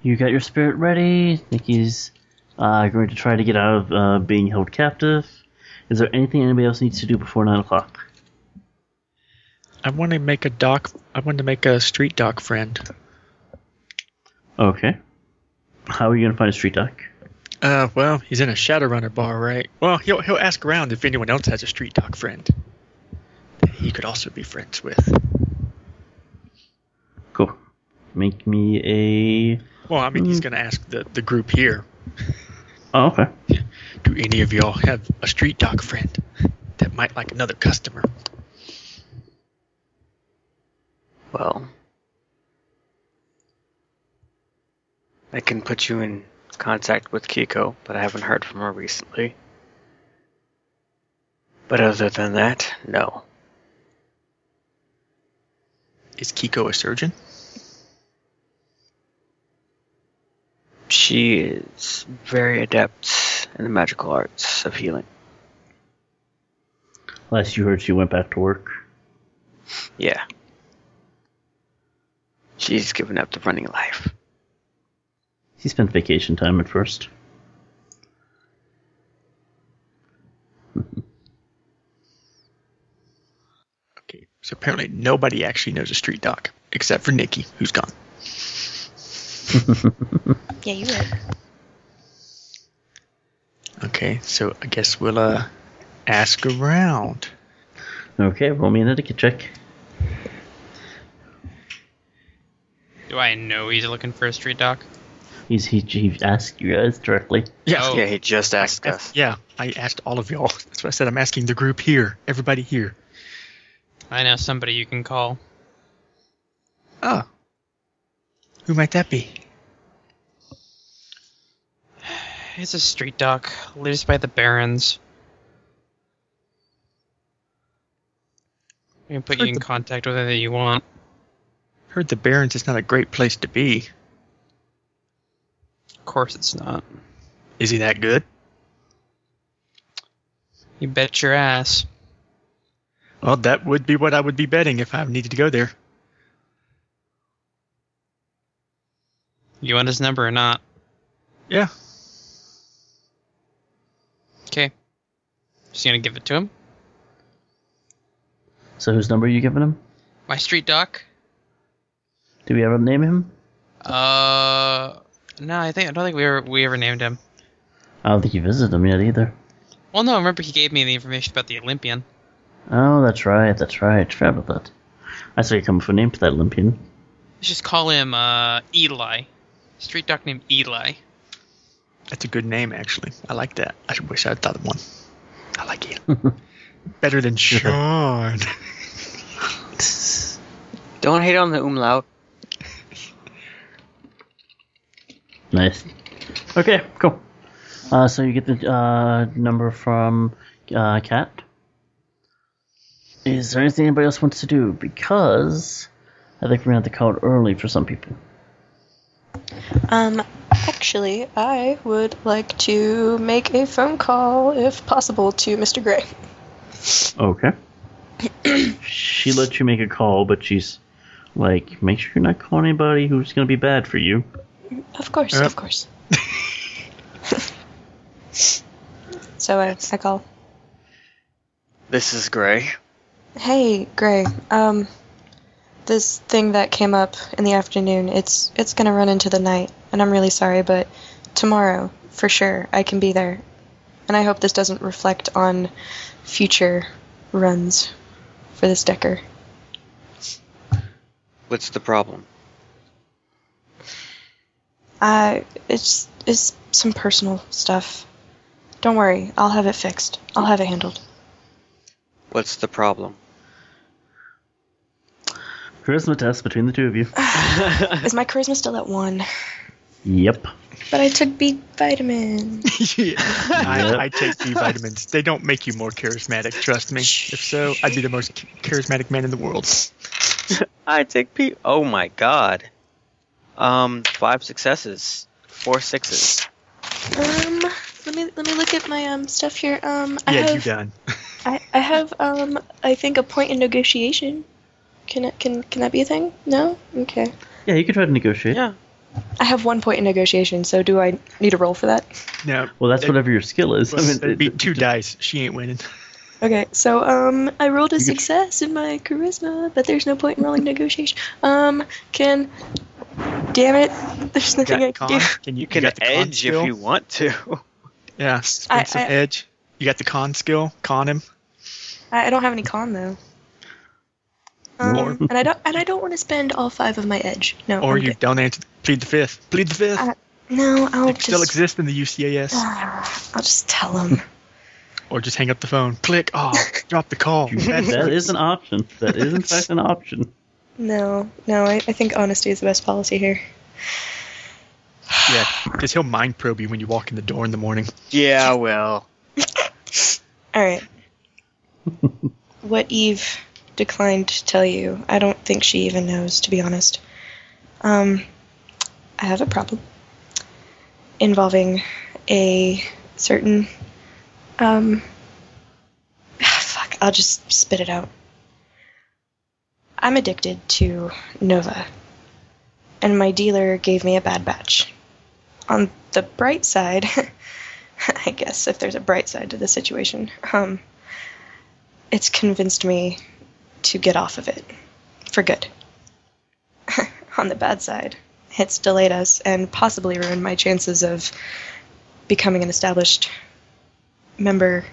you got your spirit ready. Nikki's uh, going to try to get out of uh, being held captive. Is there anything anybody else needs to do before 9 o'clock?
I want to make a doc. I want to make a street doc friend.
Okay. How are you going to find a street doc?
Uh, well, he's in a Shadowrunner bar, right? Well, he'll he'll ask around if anyone else has a street doc friend that he could also be friends with.
Cool. Make me a.
Well, I mean, he's
Hmm.
going to ask the the group here.
Oh, okay.
Do any of y'all have a street doc friend that might like another customer?
Well, I can put you in contact with Kiko, but I haven't heard from her recently. But other than that, no.
Is Kiko a surgeon?
She is very adept in the magical arts of healing.
Last you heard, she went back to work.
Yeah. She's given up the running life.
She spent vacation time at first.
Okay, so apparently nobody actually knows a street doc except for Nikki, who's gone.
Yeah, you right.
Okay, so I guess we'll uh ask around.
Okay, roll me an etiquette check.
Do I know he's looking for a street doc?
He's, he, he asked you guys directly.
Yeah,
Oh.
Yeah, he just asked
I-
us.
yeah. I asked all of y'all. That's what I said. I'm asking the group here, everybody here.
I know somebody you can call.
Oh, who might that be?
It's a street doc lives by the barons. We can put you
Heard
in
the-
contact with anything you want.
Heard the Barrens is not a great place to be.
Of course, it's not.
Is he that good?
You bet your ass.
Well, that would be what I would be betting if I needed to go there.
You want his number or not?
Yeah.
Okay. Just gonna give it to him.
So, whose number are you giving him?
My street doc.
Do we ever name him?
Uh, no, I think I don't think we ever we ever named him.
I don't think you visited him yet either.
Well, no, remember he gave me the information about the Olympian.
Oh, that's right, that's right. Forgot about that. I saw you come for a name for that Olympian.
Let's just call him uh Eli. Street doc named Eli.
That's a good name, actually. I like that. I wish I'd thought of one. I like it. Better than Sean.
Don't hate on the umlaut.
Nice. Okay, cool. Uh, so you get the uh, number from uh, Kat. Is there anything anybody else wants to do? Because I think we're gonna have to call it early for some people.
Um, actually, I would like to make a phone call, if possible, to Mr. Gray.
Okay. she lets you make a call, but she's like, make sure you're not calling anybody who's going to be bad for you.
Of course,
Uh.
of course. so I, I call.
This is Gray.
Hey, Gray. Um, this thing that came up in the afternoon, it's it's gonna run into the night, and I'm really sorry, but tomorrow for sure I can be there, and I hope this doesn't reflect on future runs for this Decker.
What's the problem?
Uh, it's it's some personal stuff. Don't worry, I'll have it fixed. I'll have it handled.
What's the problem?
Charisma test between the two of you.
Is my charisma still at one?
Yep.
But I took B vitamins.
Yeah.
Yep.
I, I take B vitamins. They don't make you more charismatic, trust me. If so, I'd be the most charismatic man in the world.
I take P. Oh my god. Um, five successes, four sixes.
Um, let me let me look at my um stuff here. Um, I
Yeah, you
have
done.
I, I have um I think a point in negotiation. Can it can can that be a thing? No. Okay.
Yeah, you can try to negotiate.
Yeah.
I have one point in negotiation. So do I need a roll for that?
No,
Well, that's whatever your skill is. I mean,
it'd be
it-
two dice. She ain't winning.
Okay. So um I rolled a
You get-
success in my charisma, but there's no point in rolling negotiation. Um, can. Damn it! There's nothing I can
con?
do.
Can you,
You can
got the con
edge if
skill?
you want to.
Yeah, spend
I-
some
I-
edge. You got the con skill. Con him.
I, I don't have any con though.
Or-
Um, and I don't and I don't want to spend all five of my edge. No.
Or
Oh, I'm
you
good.
don't answer. Plead the fifth. Plead the fifth.
Uh, No, I'll
It
just. Ah.
still exists in the UCAS.
I'll just tell him.
Or just hang up the phone. Click. Oh, drop the call.
that is an option. That is, in fact, an option.
No, no, I, I think honesty is the best policy here.
Yeah, because he'll mind probe you when you walk in the door in the morning.
Yeah, well.
All right. what Eve declined to tell you, I don't think she even knows, to be honest. Um, I have a problem involving a certain. Um, fuck, I'll just spit it out. I'm addicted to Nova, and my dealer gave me a bad batch. On the bright side, I guess if there's a bright side to the situation, um, it's convinced me to get off of it for good. On the bad side, it's delayed us and possibly ruined my chances of becoming an established member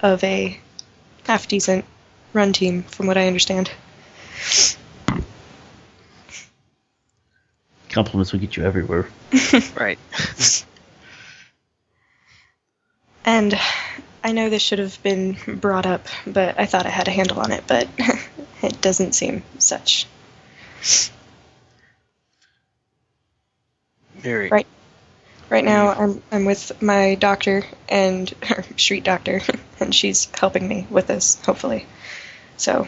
of a half decent run team, from what I understand.
Compliments will get you everywhere.
Right.
And I know this should have been brought up, but I thought I had a handle on it, but it doesn't seem such.
Very.
Right. Right now, I'm I'm with my doctor and her street doctor, and she's helping me with this, hopefully. So,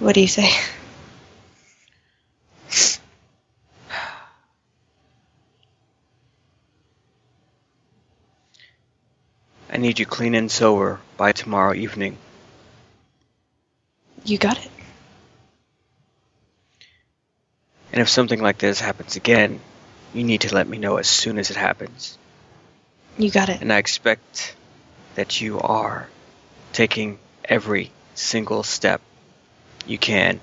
what do you say?
I need you clean and sober by tomorrow evening.
You got it.
And if something like this happens again, you need to let me know as soon as it happens.
You got it.
And I expect that you are taking every single step you can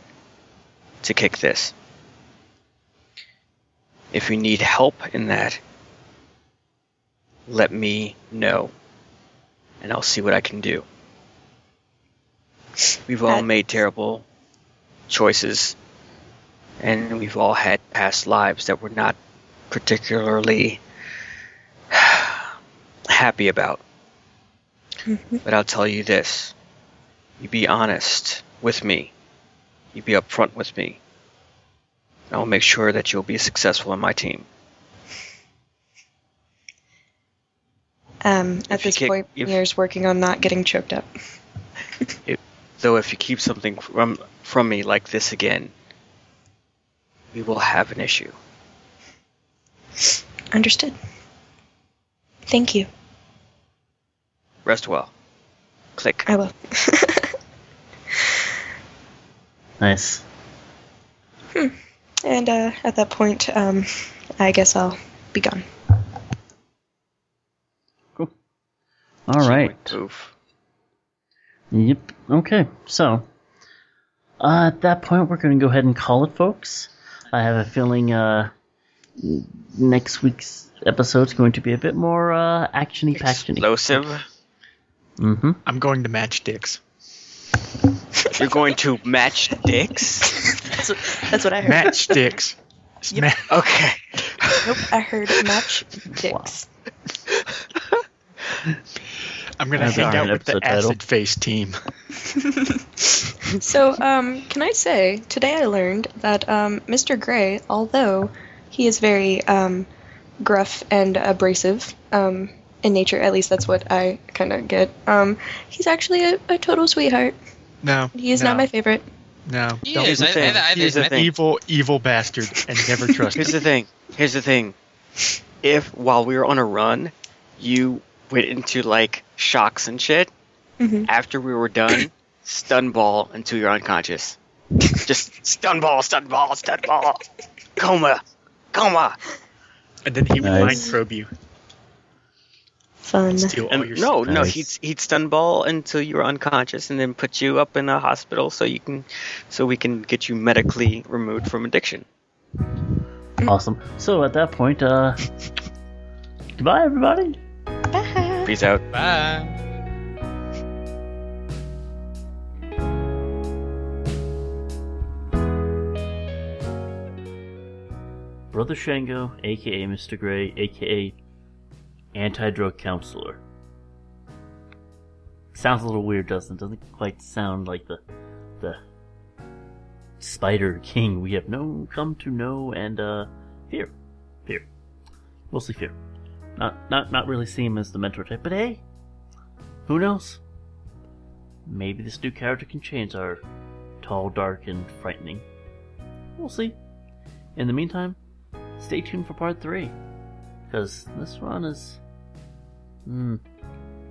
to kick this. If you need help in that, let me know. And I'll see what I can do. We've all
That-
made terrible choices, and we've all had past lives that were not particularly happy about.
Mhm.
But I'll tell you this you be honest with me, you be upfront with me. I'll make sure that you'll be successful on my team.
Um, at
If you
this
kick-
point,
if-
Mir's working on not getting choked up.
Though if you keep something from from me like this again, we will have an issue.
Understood. Thank you.
Rest well. Click.
I will.
Nice.
and uh, at that point, um, I guess I'll be gone.
All right.
Oof.
Yep. Okay. So, uh, at that point, we're going to go ahead and call it, folks. I have a feeling uh, next week's episode's going to be a bit more uh, actiony packedy.
Explosive.
Mm-hmm.
I'm going to match dicks.
You're going to match dicks?
That's what, that's what I heard.
Match dicks. It's ma-
Okay.
Nope, I heard match dicks.
I'm gonna
That's
hang
our
out with
episode
the
title.
acid face team.
So, um, can I say today I learned that um, Mr. Gray, although he is very um, gruff and abrasive um, in nature, at least that's what I kind of get. Um, he's actually a, a total sweetheart.
No,
He is
no,
not my favorite.
No,
He
don't
is. I,
the thing.
I, I,
Here's the
I-
thing.
evil, evil bastard, and never trust
Here's
him.
the thing. Here's the thing. If while we were on a run, you went into like shocks and shit,
hmm
after we were done, stun ball until you're unconscious. Just stun ball, stun ball, stun ball. Coma. Coma.
And then he would
Nice.
mind probe you,
Fun.
steal all
And
your
no, no,
Nice.
he'd he'd stun ball until you were unconscious, and then put you up in a hospital so you can, so we can get you medically removed from addiction.
Awesome. So, at that point, uh, goodbye, everybody.
Bye.
Peace out.
Bye.
Brother Shango, aka Mr. Gray, aka Anti Drug Counselor. Sounds a little weird, doesn't it? Doesn't quite sound like the the Spider King we have known come to know and uh fear. Fear. Mostly fear. Not not not really see him as the mentor type, but hey. Who knows? Maybe this new character can change our tall, dark, and frightening. We'll see. In the meantime, stay tuned for part three because this one is hmm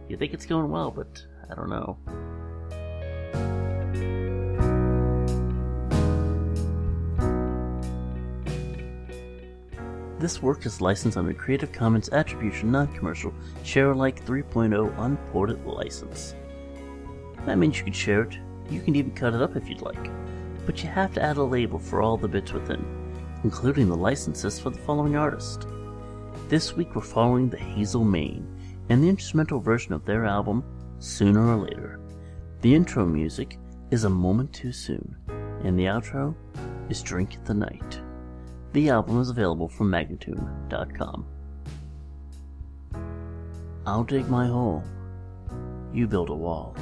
you think it's going well but i don't know this work is licensed under creative commons attribution non-commercial share alike 3.0 unported license that means you can share it you can even cut it up if you'd like but you have to add a label for all the bits within including the licenses for the following artist. This week we're following the Hazel Main and the instrumental version of their album Sooner or Later. The intro music is A Moment Too Soon, and the outro is Drink the Night. The album is available from magnitude.com. I'll dig my hole. You build a wall.